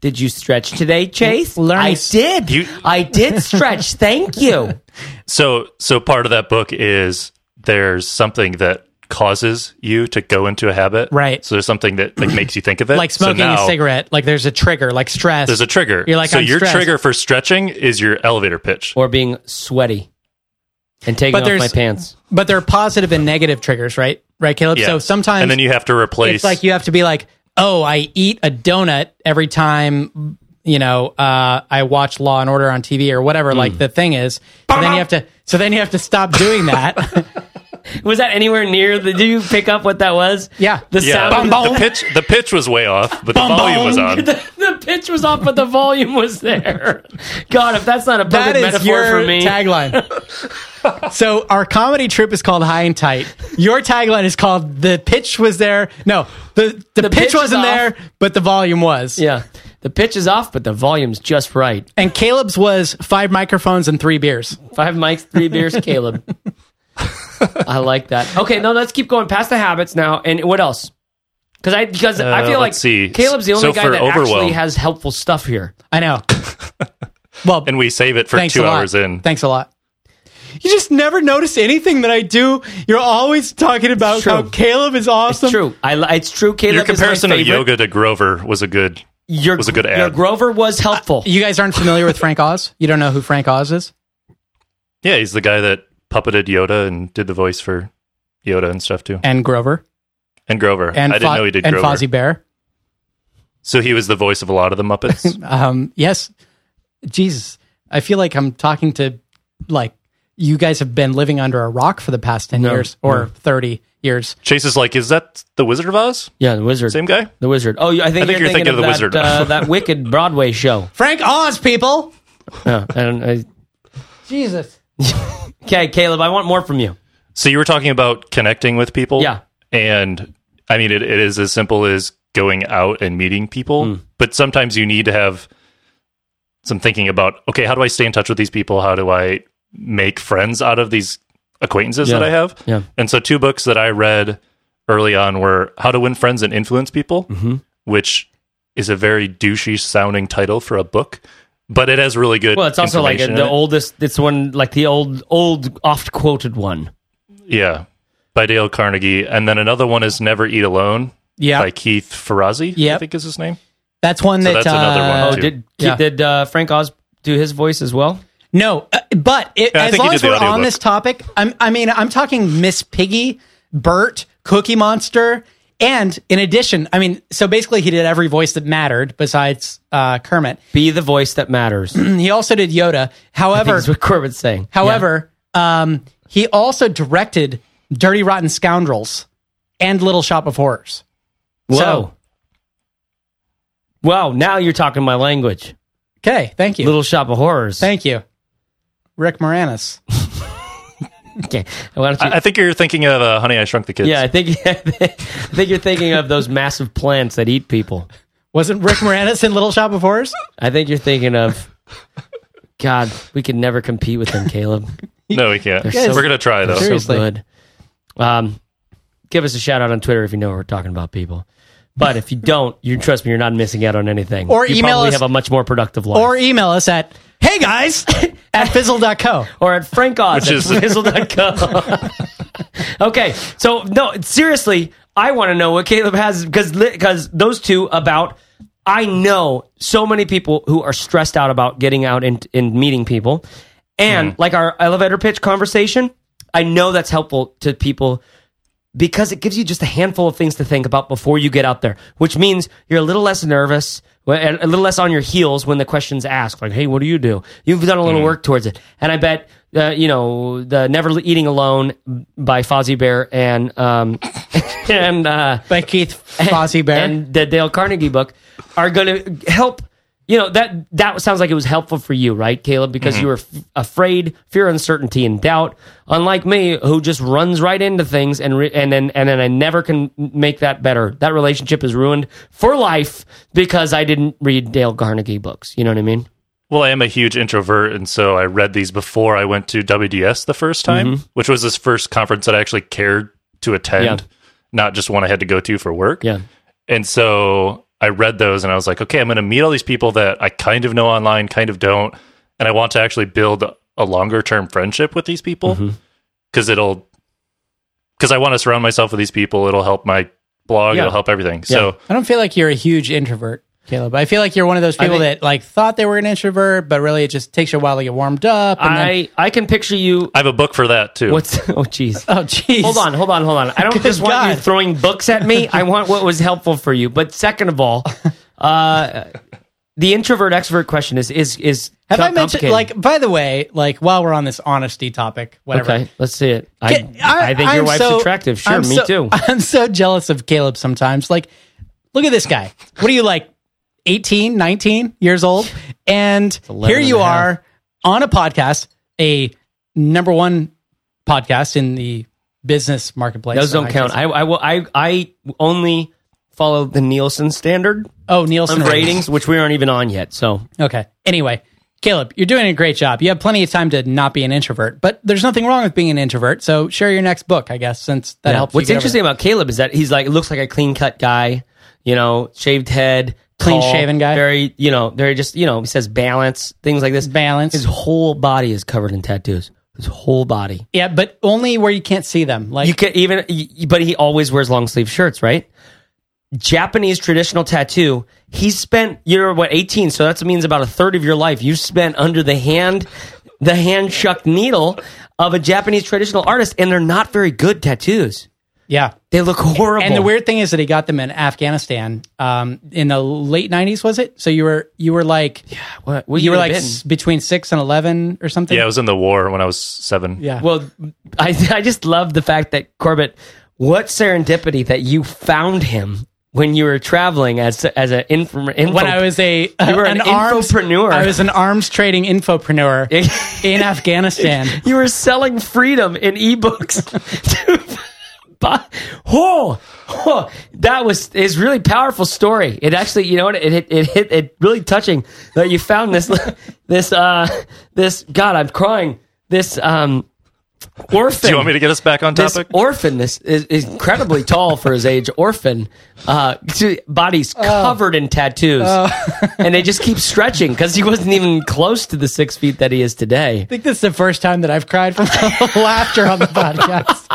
B: Did you stretch today, Chase?
C: Learn-
B: I did.
A: You-
B: I did stretch. Thank you.
A: so so part of that book is there's something that causes you to go into a habit,
C: Right.
A: So there's something that like makes you think of it,
C: Like
A: So
C: smoking a
A: now
C: cigarette, like there's a trigger, like stress.
A: There's a trigger.
C: You're like,
A: so
C: "I'm
A: your
C: stressed."
A: trigger for stretching is your elevator pitch.
B: Or being sweaty and taking
C: But
B: off
C: there's-
B: my pants.
C: but there are positive and negative triggers, right? Right, Caleb.
A: Yeah.
C: So sometimes
A: and then you have to replace
C: it's like you have to be like, oh, I eat a donut every time you know uh, I watch Law and Order on TV or whatever.
B: Hmm.
C: Like the thing is, so then you have to, so then you have to stop doing that.
B: Was that anywhere near? The, do you pick up what that was?
C: Yeah.
B: The
A: Yeah,
B: sound.
A: the pitch the pitch was way off, but the volume was on.
B: The, the pitch was off, but the volume was there. God, if that's not a perfect
C: that is
B: metaphor
C: your
B: for me,
C: tagline. so our comedy troupe is called High and Tight. Your tagline is called "The pitch was there." No, the the,
B: The
C: pitch,
B: pitch is
C: wasn't
B: off.
C: there, but the volume was.
B: yeah, the pitch is off, but the volume's just right.
C: And Caleb's was five microphones and three beers.
B: Five mics, three beers, Caleb. I like that. Okay, no, let's keep going past the habits now. And what else? Because I because I
A: Uh,
B: feel like
A: let's see.
B: Caleb's the only
A: So
B: guy
A: for
B: that actually
A: overwhelm-
B: has helpful stuff here.
C: I know. well,
A: And we save it for
C: thanks
A: two
C: a lot.
A: hours in.
C: Thanks a lot. You just never notice anything that I do. You're always talking about
B: It's true.
C: how Caleb is awesome.
B: True, I li- it's true. Caleb
A: Your comparison
B: is my
A: of
B: favorite.
A: yoga to Grover was a good
B: Your,
A: was a good
B: Your
A: ad.
B: Grover was helpful.
C: You guys aren't familiar with Frank Oz? You don't know who Frank Oz is?
A: Yeah, he's the guy that puppeted Yoda and did the voice for Yoda and stuff too.
C: And Grover.
A: And Grover.
C: And
A: I didn't
C: Fo-
A: know he did
C: And
A: Grover.
C: Fozzie Bear.
A: So he was the voice of a lot of the Muppets.
C: Um, yes. Jesus. I feel like I'm talking to, like, you guys have been living under a rock for the past 10
B: No,
C: years or 30 years.
A: Chase is like, is that the Wizard of Oz?
B: yeah, the wizard.
A: Same guy?
B: The wizard. Oh, I think,
A: I think
B: you're, thinking, of,
A: the
B: that,
A: wizard.
B: uh, that wicked Broadway show.
C: Frank Oz, people.
B: Yeah, I don't, I,
C: Jesus.
B: okay, Caleb, I want more from you.
A: So you were talking about connecting with people.
B: Yeah.
A: And I mean, it, it is as simple as going out and meeting people,
B: Hmm.
A: but sometimes you need to have some thinking about, okay, how do I stay in touch with these people? How do I make friends out of these acquaintances
B: Yeah.
A: that I have?
B: Yeah.
A: And so two
B: Mm-hmm.
A: books that I read early on were How to Win Friends and Influence People, which is a very douchey sounding title for a book, but it has really good.
B: Well, it's also like
A: information
B: the
A: in it.
B: oldest. It's one like the old, old, oft quoted one.
A: yeah, by Dale Carnegie, and then another one is Never Eat Alone
C: Yeah,
A: by Keith Ferrazzi. I
C: Yep.
A: think is his name.
C: that's one
A: so
C: that.
A: that's another one,
B: Oh,
C: uh,
A: too.
B: did
C: Yeah.
B: did uh, Frank Oz do his voice as well?
C: No, uh, but it,
A: Yeah, I
C: as
A: think
C: long
A: he did
C: as
A: the
C: we're on
A: audiobook.
C: this topic, I'm, I mean, I'm talking Miss Piggy, Bert, Cookie Monster, and in addition, I mean, so basically he did every voice that mattered besides uh, Kermit.
B: Be the voice that matters.
C: And he also did Yoda. However,
B: That's what Corbett's saying.
C: however, um, he also directed Dirty Rotten Scoundrels and Little Shop of Horrors.
B: Whoa.
C: So-
B: Wow, now you're talking my language.
C: Okay, thank you,
B: Little Shop of Horrors.
C: thank you, Rick Moranis.
B: okay. Why don't you-
A: I, I think you're thinking of uh, Honey, I Shrunk the Kids.
B: yeah, I think I think you're thinking of those massive plants that eat people.
C: Wasn't Rick Moranis in Little Shop of Horrors?
B: I think you're thinking of God, we could never compete with them, Caleb.
A: no, we can't.
B: so-
A: We're gonna try though.
B: So
C: Sure. Seriously.
B: good. Um, give us a shout out on Twitter if you know what we're talking about, people. But if you don't, you trust me, you're not missing out on anything.
C: Or
B: you
C: email
B: probably
C: us-
B: have a much more productive life.
C: Or email us at hey guys at fizzle.co.
B: or at Frank Oz
A: Which
B: at
A: is-
B: Frizzle.com. okay, so no, seriously, I want to know what Caleb has because because those two about. I know so many people who are stressed out about getting out and, and meeting people, and like our elevator pitch conversation. I know that's helpful to people because it gives you just a handful of things to think about before you get out there, which means you're a little less nervous, wh- and a little less on your heels when the question's asked, like, hey, what do you do? You've done a little work towards it. And I bet, uh, you know, the Never Eating Alone by Fozzie Bear and, um, and, uh,
C: by Keith Fozzie Bear.
B: and the Dale Carnegie book are going to help. You know that that sounds like it was helpful for you, right, Caleb? Because you were f- afraid, fear, uncertainty, and doubt. Unlike me, who just runs right into things and re- and then and then I never can make that better. That relationship is ruined for life because I didn't read Dale Carnegie books. You know what I mean?
A: Well, I am a huge introvert, and so I read these before I went to WDS the first time,
B: Mm-hmm.
A: which was this first conference that I actually cared to attend,
B: Yeah.
A: not just one I had to go to for work.
B: Yeah.
A: And so I read those and I was like, okay, I'm going to meet all these people that I kind of know online, kind of don't. And I want to actually build a longer term friendship with these people
B: Mm-hmm.
A: because it'll, because I want to surround myself with these people. It'll help my blog,
B: Yeah.
A: it'll help everything. So
C: I don't feel like you're a huge introvert, Caleb. I feel like you're one of those people
B: think-
C: that like thought they were an introvert, but really it just takes you a while to get warmed up. And then,
B: I I can picture you.
A: I have a book for that too.
B: What's oh jeez.
C: oh, jeez.
B: Hold on, hold on, hold on. I don't just want you
C: God.
B: throwing books at me. I want what was helpful for you. But second of all, uh, the introvert extrovert question is is is
C: Have
B: com-
C: I mentioned,
B: complicated.
C: like, by the way, like, while we're on this honesty topic, whatever.
B: Okay, let's see it. I,
C: Ca-
B: I, think your
C: I'm
B: wife's
C: so-
B: attractive. Sure,
C: I'm
B: me
C: so-
B: too.
C: I'm so jealous of Caleb sometimes. Like, look at this guy. What are you like, 18, 19 years old? And
B: 11
C: here
B: and
C: you
B: a half.
C: are on a podcast, a number one podcast in the business marketplace.
B: Those don't
C: I
B: count.
C: guess.
B: I I will I I only follow the Nielsen standard
C: oh, Nielsen
B: of ratings, which we aren't even on yet. So
C: Okay. Anyway, Caleb, you're doing a great job. You have plenty of time to not be an introvert, but there's nothing wrong with being an introvert. So share your next book, I guess, since that helps. you
B: What's
C: get over
B: interesting about Caleb is that he's like looks like a clean cut guy, you know, shaved head, tall,
C: Clean-shaven guy?
B: Very, you know, very just you know, he says balance, things like this.
C: that. balance.
B: His whole body is covered in tattoos. His whole body.
C: Yeah, but only where you can't see them. Like
B: You can even, y- y- but he always wears long sleeve shirts, right? Japanese traditional tattoo. He spent you're what eighteen, so that means about a third of your life you spent under the hand, the hand shucked needle of a Japanese traditional artist, and they're not very good tattoos.
C: Yeah.
B: They look horrible.
C: And the weird thing is that he got them in Afghanistan um, in the late '90s, was it? So you were you were like
B: What? Well,
C: you were like s- between six and eleven or something.
A: yeah, I was in the war when I was seven.
C: Yeah.
B: well, I I just love the fact that Corbett, what serendipity that you found him when you were traveling as as an inform. Info,
C: when I was a
B: You were an
C: arms-
B: infopreneur.
C: I was an arms trading infopreneur in Afghanistan.
B: you were selling freedom in ebooks. to- but- oh, oh, that was is really powerful story. It actually, you know, what, it it it hit it really touching that you found this this uh this God, I'm crying. This um Orphan.
A: Do you want me to get us back on
B: this
A: topic?
B: orphan this is is incredibly tall for his age orphan uh t- body's
E: Uh,
B: covered in tattoos and they just keep stretching because he wasn't even close to the six feet that he is today
C: I think this is the first time that I've cried from laughter on the podcast.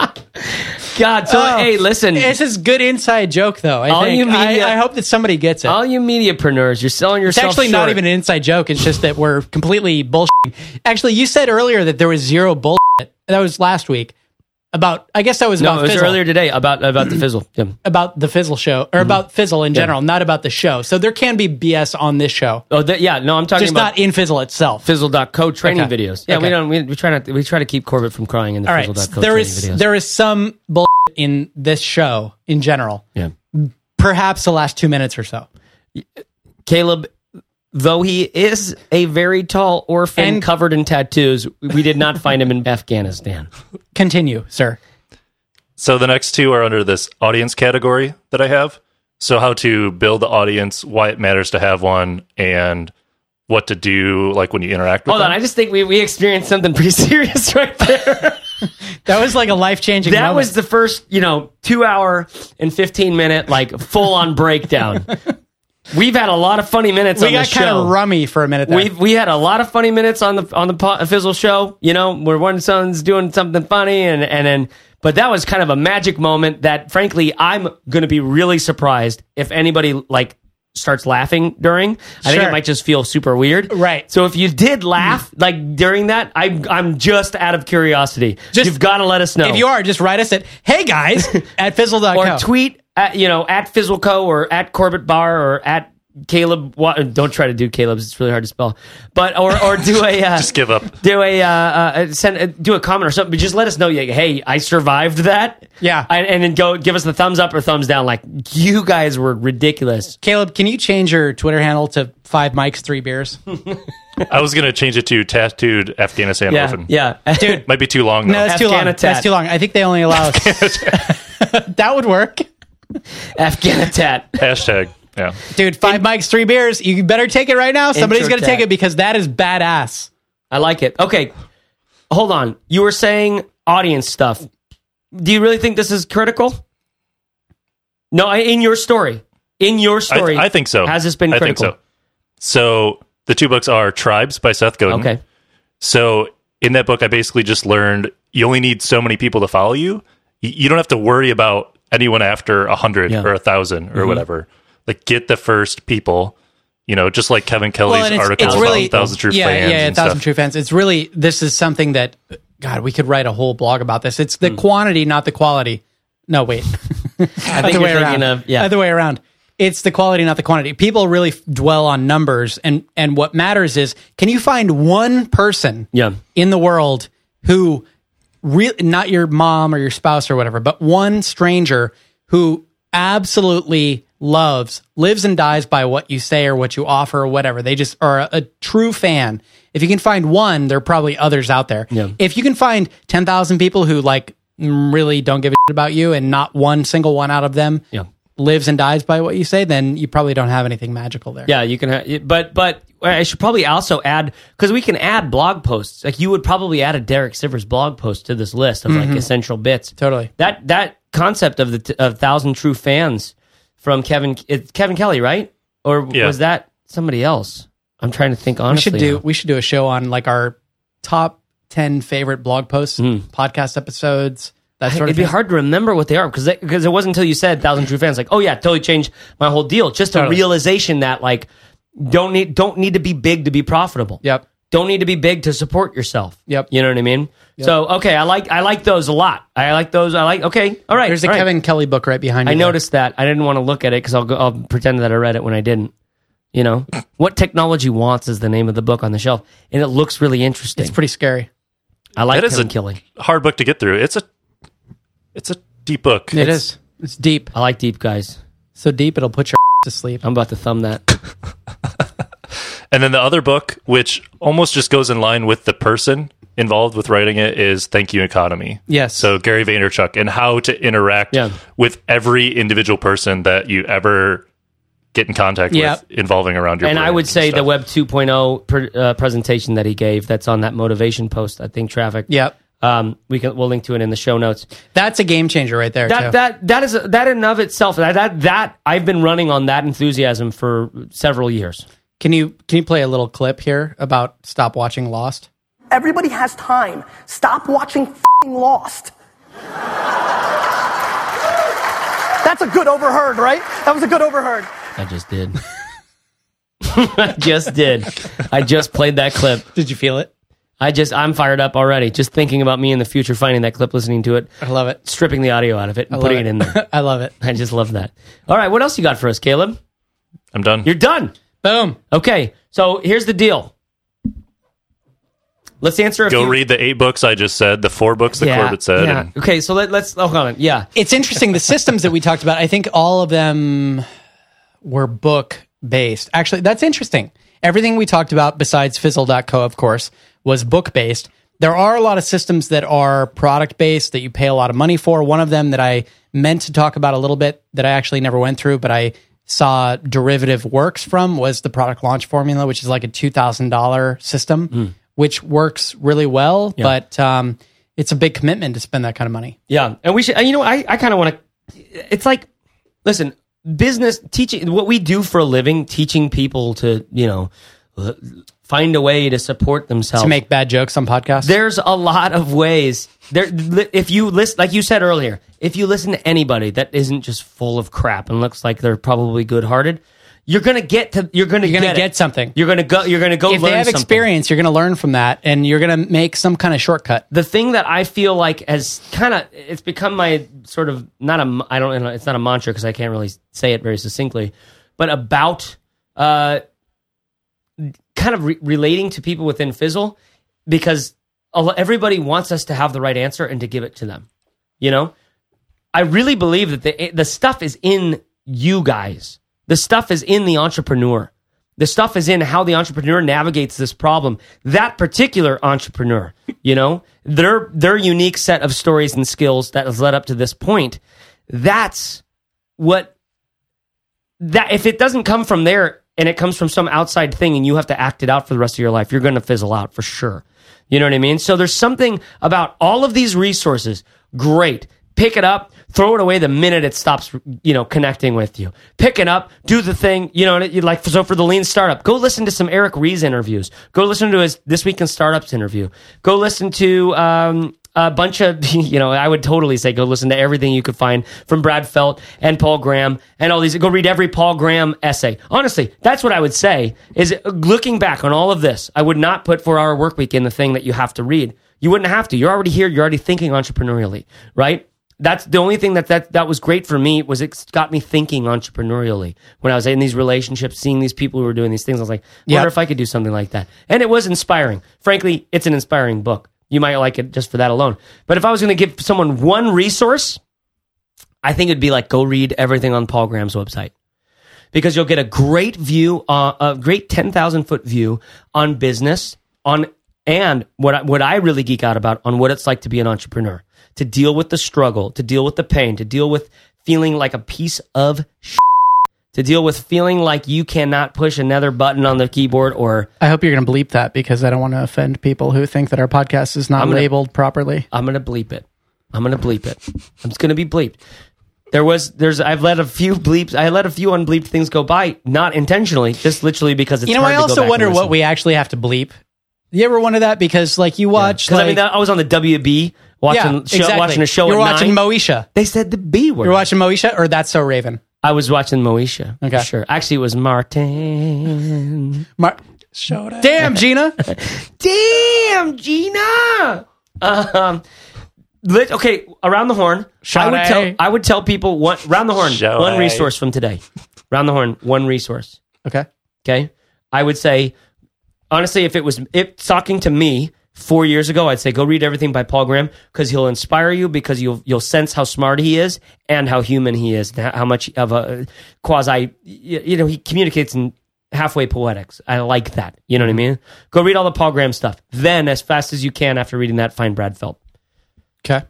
B: god so
C: Oh.
B: hey listen
C: This is good inside joke, though. I,
B: All
C: think.
B: you media-
C: I, I hope that somebody gets it.
B: all you mediapreneurs you're selling
C: it's
B: yourself
C: actually not
B: short.
C: even an inside joke. It's just that we're completely bullshitting. Actually, you said earlier that there was zero bullshit. That was last week. About, I guess that was
B: no
C: about
B: it was
C: Fizzle.
B: earlier Mm-hmm. today about about the fizzle yeah.
C: about the Fizzle show or about Fizzle in general, not about the show. So there can be BS on this show,
B: oh that, yeah no i'm talking
C: just
B: about
C: not in Fizzle itself.
B: Fizzle.co training
C: Okay.
B: videos. Yeah, we
C: Okay.
B: don't. We, we try not. We try to keep Corbett from crying in the
C: All right,
B: Fizzle.co
C: there
B: training
C: is
B: videos.
C: there is some bull in this show in general.
B: yeah.
C: Perhaps the last two minutes or so.
B: Caleb, though he is a very tall orphan
C: And-
B: covered in tattoos, we did not find him in Afghanistan.
C: Continue, sir.
A: So the next two are under this audience category that I have. So how to build the audience, why it matters to have one, and what to do like when you interact with
B: Hold on,
A: them.
B: I just think we, we experienced something pretty serious right there.
C: That was like a life changing.
B: That was the first, you know, two hour and fifteen minute like full on breakdown. We've had a lot of funny minutes
C: we
B: on
C: got
B: this
C: kind
B: show.
C: of rummy for a minute. There.
B: We we had a lot of funny minutes on the on the po- Fizzle show. You know, where one son's doing something funny, and and then but that was kind of a magic moment that, frankly, I'm going to be really surprised if anybody like starts laughing during. I think it
C: Sure.
B: might just feel super weird,
C: Right.
B: So if you did laugh like during that, I I'm just out of curiosity.
C: Just-
B: You've got to let us know
C: if you are, just write us at hey guys at fizzle.co.
B: or tweet at you know at Fizzleco or at Corbett Bar or at Caleb. Wa- Don't try to do Caleb's; it's really hard to spell. But or or do a uh,
A: Just give up.
B: Do a uh, uh, send uh, do a comment or something. But just let us know. Like, hey, I survived that.
C: Yeah.
B: and, and then go give us the thumbs up or thumbs down. Like you guys were ridiculous.
C: Caleb, can you change your Twitter handle to five mics, three beers?
A: I was gonna change it to tattooed Afghanistan orphan.
B: yeah, dude.
A: Might be too long though.
C: No, that's too long.
B: Afghanitat.
C: That's too long. I think they only allow us. that would work.
B: Afghanitat.
A: Hashtag. Yeah.
C: Dude, five mics, three beers. You better take it right now. Somebody's
B: Intro
C: going to take
B: tat.
C: it because that is badass.
B: I like it. Okay, hold on. You were saying audience stuff. Do you really think this is critical? No, I- in your story, in your
A: I,
B: story,
A: I think so.
B: Has this been
A: I
B: critical?
A: think so. So the two books are Tribes by Seth Godin.
B: Okay,
A: So in that book, I basically just learned you only need so many people to follow you. Y- You don't have to worry about anyone after a hundred
B: Yeah.
A: or a thousand or whatever. Like get the first people. You know, just like Kevin Kelly's
C: and
A: article about thousand true
C: yeah,
A: fans.
C: Yeah, yeah,
A: and
C: thousand
A: stuff.
C: true fans. It's really this is something that God, we could write a whole blog about this. It's the quantity, not the quality. No, wait.
B: I think
C: Other
B: you're
C: way
B: thinking
C: around.
B: of yeah.
C: Other way around. It's the quality, not the quantity. People really f- dwell on numbers, and and what matters is can you find one person
B: Yeah.
C: in the world who really not your mom or your spouse or whatever, but one stranger who absolutely loves, lives and dies by what you say or what you offer or whatever. They just are a, a true fan. If you can find one, there are probably others out there. If you can find 10,000 people who like mm, really don't give a shit about you and not one single one out of them
B: Yeah.
C: lives and dies by what you say, then you probably don't have anything magical there.
B: Yeah, you can. Ha- but but I should probably also add because we can add blog posts. Like you would probably add a Derek Sivers blog post to this list of like essential bits.
C: Totally.
B: That that concept of the t- of thousand true fans from Kevin it's Kevin Kelly, right? Or
A: Yeah.
B: was that somebody else? I'm trying to think
C: We
B: honestly.
C: should do
B: now.
C: we should do a show on like our top ten favorite blog posts, podcast episodes, that sort
B: Hmm. It'd
C: of
B: be
C: thing.
B: hard to remember what they are because because it wasn't until you said thousand true fans like oh yeah totally changed my whole deal just a
C: Totally.
B: realization that like don't need don't need to be big to be profitable
C: Yep.
B: don't need to be big to support yourself
C: Yep.
B: you know what I mean so okay I like I like those a lot I like those I like okay all right
C: There's a
B: all right.
C: Kevin Kelly book right behind you.
B: I
C: there.
B: noticed that I didn't want to look at it because I'll go, I'll pretend that I read it when I didn't you know what technology wants is the name of the book on the shelf and it looks really interesting
C: it's pretty scary.
B: I like
A: That is
B: Kevin
A: a-
B: Kelly
A: Hard book to get through. It's a it's a deep book.
C: It is. It's deep.
B: I like deep guys
C: So deep it'll put your to sleep.
B: I'm about to thumb that
A: And then the other book, which almost just goes in line with the person involved with writing it, is Thank You Economy.
C: Yes.
A: So Gary Vaynerchuk and how to interact
B: Yeah.
A: with every individual person that you ever get in contact
C: Yep.
A: with involving around your
B: and I
A: brand
B: would say the
A: stuff.
B: oh Web 2.0 pr uh, presentation that he gave that's on that motivation post. I think traffic.
C: Yep.
B: Um, we can we'll link to it in the show notes.
C: That's a game changer right there.
B: That
C: too.
B: that that is that in and of itself. That, that that I've been running on that enthusiasm for several years.
C: can you can you play a little clip here about stop watching Lost?
D: Everybody has time. Stop watching fing Lost. That's a good overheard, right? That was a good overheard.
B: I just did. I just did. I just played that clip.
C: Did you feel it?
B: I just I'm fired up already. Just thinking about me in the future, finding that clip, listening to it,
C: I love it.
B: stripping the audio out of it, and
C: Love
B: putting it in there.
C: I love it.
B: I just love that. All right, what else you got for us, Caleb?
A: I'm done.
B: You're done.
C: Boom.
B: Okay, so here's the deal. Let's answer a
A: Go
B: few.
A: read the eight books I just said, the four books that
C: Yeah,
A: Corbett said.
B: Yeah.
A: And
B: Okay, so let, let's. Oh, hold on. Yeah.
C: It's interesting. The systems that we talked about, I think all of them were book based. Actually, that's interesting. Everything we talked about, besides fizzle.co, of course, was book based. There are a lot of systems that are product based that you pay a lot of money for. One of them that I meant to talk about a little bit that I actually never went through, but I saw derivative works from was the product launch formula, which is like a $2,000 system, which works really well, but um, it's a big commitment to spend that kind of money.
B: Yeah, and we should. and You know, I, I kind of want to. It's like, listen, business teaching. What we do for a living, teaching people to you know l- find a way to support themselves.
C: to make bad jokes on podcasts.
B: There's a lot of ways. There, li- if you listen, like you said earlier, if you listen to anybody that isn't just full of crap and looks like they're probably good-hearted, you're gonna get to. You're gonna
C: You're gonna
B: it.
C: get something.
B: You're gonna go. You're gonna go.
C: if they
B: learn
C: have
B: something.
C: experience, you're going to learn from that, and you're going to make some kind of shortcut.
B: the thing that I feel like has kind of it's become my sort of not a I don't know it's not a mantra because I can't really say it very succinctly, but about uh, kind of re- relating to people within Fizzle because a lo- everybody wants us to have the right answer and to give it to them. You know, I really believe that the the stuff is in you guys. The stuff is in the entrepreneur. The stuff is in how the entrepreneur navigates this problem. That particular entrepreneur, you know, their their unique set of stories and skills that has led up to this point. That's what that if it doesn't come from there and it comes from some outside thing and you have to act it out for the rest of your life, you're going to fizzle out for sure. You know what I mean? So there's something about all of these resources. Great. Pick it up, throw it away the minute it stops, you know, connecting with you. Pick it up, do the thing, you know, and it- like so for the lean startup, go listen to some Eric Rees interviews. Go listen to his this week in startups interview. Go listen to um, a bunch of you know i would totally say go listen to everything you could find from brad felt and paul graham and all these go read every paul graham essay honestly that's what i would say is looking back on all of this i would not put four hour work week in the thing that you have to read you wouldn't have to you're already here you're already thinking entrepreneurially right that's the only thing that that, that was great for me was it got me thinking entrepreneurially when i was in these relationships seeing these people who were doing these things i was like I wonder
C: Yep.
B: if i could do something like that and it was inspiring frankly it's an inspiring book you might like it just for that alone but if i was going to give someone one resource i think it'd be like go read everything on paul graham's website because you'll get a great view, uh, a great 10,000 foot view on business, on and what I, what I really geek out about on what it's like to be an entrepreneur, to deal with the struggle, to deal with the pain, to deal with feeling like a piece of shit, to deal with feeling like you cannot push another button on the keyboard or
C: I hope you're going to bleep that because I don't want to offend people who think that our podcast is not
B: gonna-
C: labeled properly.
B: I'm gonna bleep it. I'm gonna bleep it. I'm just gonna be bleeped. There was there's I've let a few bleeps I let a few unbleeped things go by, not intentionally, just literally because it's
C: you know,
B: hard
C: I
B: to go back
C: also
B: and
C: wonder
B: listen.
C: what we actually have to bleep. You ever wonder that? Because like you watch,
B: Because
C: like,
B: I mean, that, I was on the WB watching
C: yeah,
B: show,
C: exactly.
B: watching a show.
C: You're
B: at
C: watching
B: nine.
C: Moesha.
B: they said the B word.
C: You're watching Moesha, or that's so Raven.
B: I was watching Moesha.
C: Okay.
B: for sure. Actually, it was Martin.
C: Mar- Damn, Gina.
B: Damn, Gina. Um, lit, okay, around the horn. I would
C: I?
B: tell I would tell people one round the horn.
A: Shall
B: one
A: I?
B: resource from today. Round the horn. One resource.
C: okay.
B: Okay. I would say, honestly, if it was if talking to me four years ago, I'd say go read everything by Paul Graham because he'll inspire you because you'll you'll sense how smart he is and how human he is, and how how much of a quasi y- you know he communicates in halfway poetics. I like that. You know what I mean? Go read all the Paul Graham stuff. Then, as fast as you can after reading that, find Brad Felt.
C: Okay.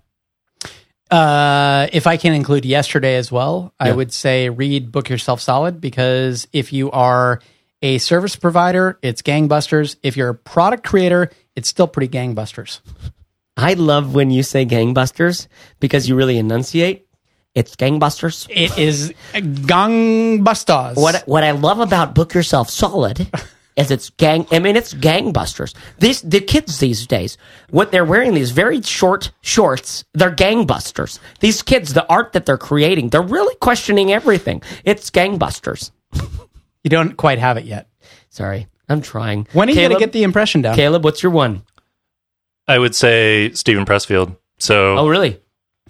C: Uh, if I can include yesterday as well, I would say read Book Yourself Solid because if you are a service provider, it's gangbusters. If you're a product creator, it's still pretty gangbusters.
B: I love when you say gangbusters because you really enunciate. It's gangbusters.
C: It is gangbusters.
B: What what I love about Book Yourself Solid is it's gang. I mean, it's gangbusters. These the kids these days, what they're wearing these very short shorts. They're gangbusters. These kids, the art that they're creating, they're really questioning everything. It's gangbusters.
C: You don't quite have it yet.
B: Sorry, I'm trying.
C: When are you going
B: Caleb-
C: to get the impression down?
B: Caleb? What's your one?
A: I would say Stephen Pressfield. So
B: Oh, really?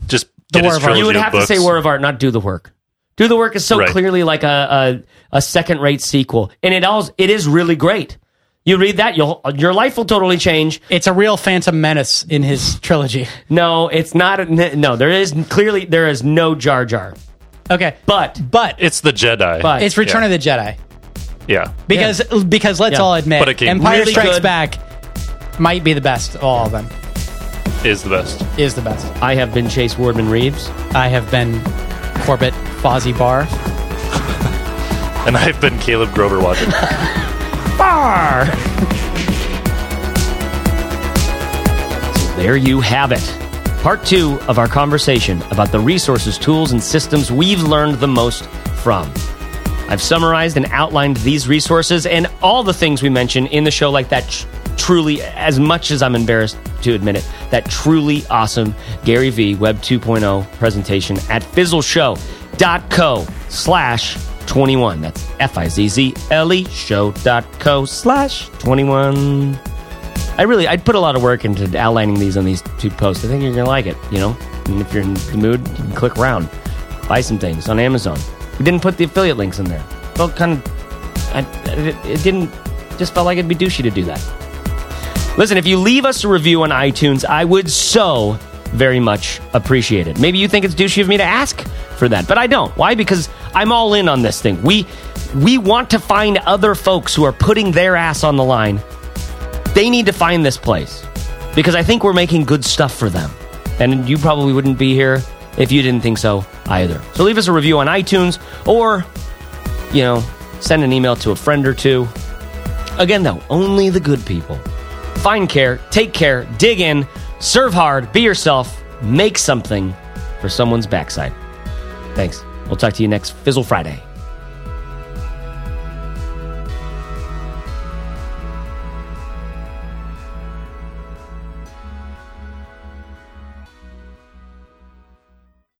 A: just
C: The
A: did his
C: War of Art.
A: trilogy
B: You would
A: of
B: have
A: books.
B: to say War of Art, not Do the Work. Do the Work is so
A: Right.
B: clearly like a a, a second rate sequel, and it all it is really great. You read that, you'll your life will totally change.
C: It's a real Phantom Menace in his trilogy.
B: No, it's not. A, no, there is clearly there is no Jar Jar,
C: Okay,
B: but
C: but
A: It's the Jedi.
B: But-
C: it's Return
A: Yeah.
C: of the Jedi
A: yeah.
C: because because let's
B: Yeah.
C: all admit,
A: But it came
C: Empire
B: really
C: Strikes
B: good.
C: Back might be the best. Of all of them
A: Is the best.
C: is the best.
B: I have been Chase Wardman Reeves.
C: I have been Corbett Fozzie Barr.
A: And I've been Caleb Grover watching.
C: Barr.
B: There you have it. Part two of our conversation about the resources, tools, and systems we've learned the most from. I've summarized and outlined these resources and all the things we mention in the show, like that tr- truly, as much as I'm embarrassed to admit it, that truly awesome Gary V Web 2.0 presentation at fizzleshow.co slash 21. That's F I Z Z L E show.co slash 21. I really, I'd put a lot of work into outlining these on these two posts. I think you're gonna like it, you know. And if you're in the mood, you can click around, buy some things on Amazon. We didn't put the affiliate links in there. Felt kind of, I, it, it didn't, just felt like it'd be douchey to do that. Listen, if you leave us a review on iTunes, I would so very much appreciate it. Maybe you think it's douchey of me to ask for that, but I don't. Why? Because I'm all in on this thing. We we want to find other folks who are putting their ass on the line they need to find this place because I think we're making good stuff for them. And you probably wouldn't be here if you didn't think so either. So leave us a review on iTunes or, you know, send an email to a friend or two. Again, though, only the good people. Find care, take care, dig in, serve hard, be yourself, make something for someone's backside. Thanks. We'll talk to you next Fizzle Friday.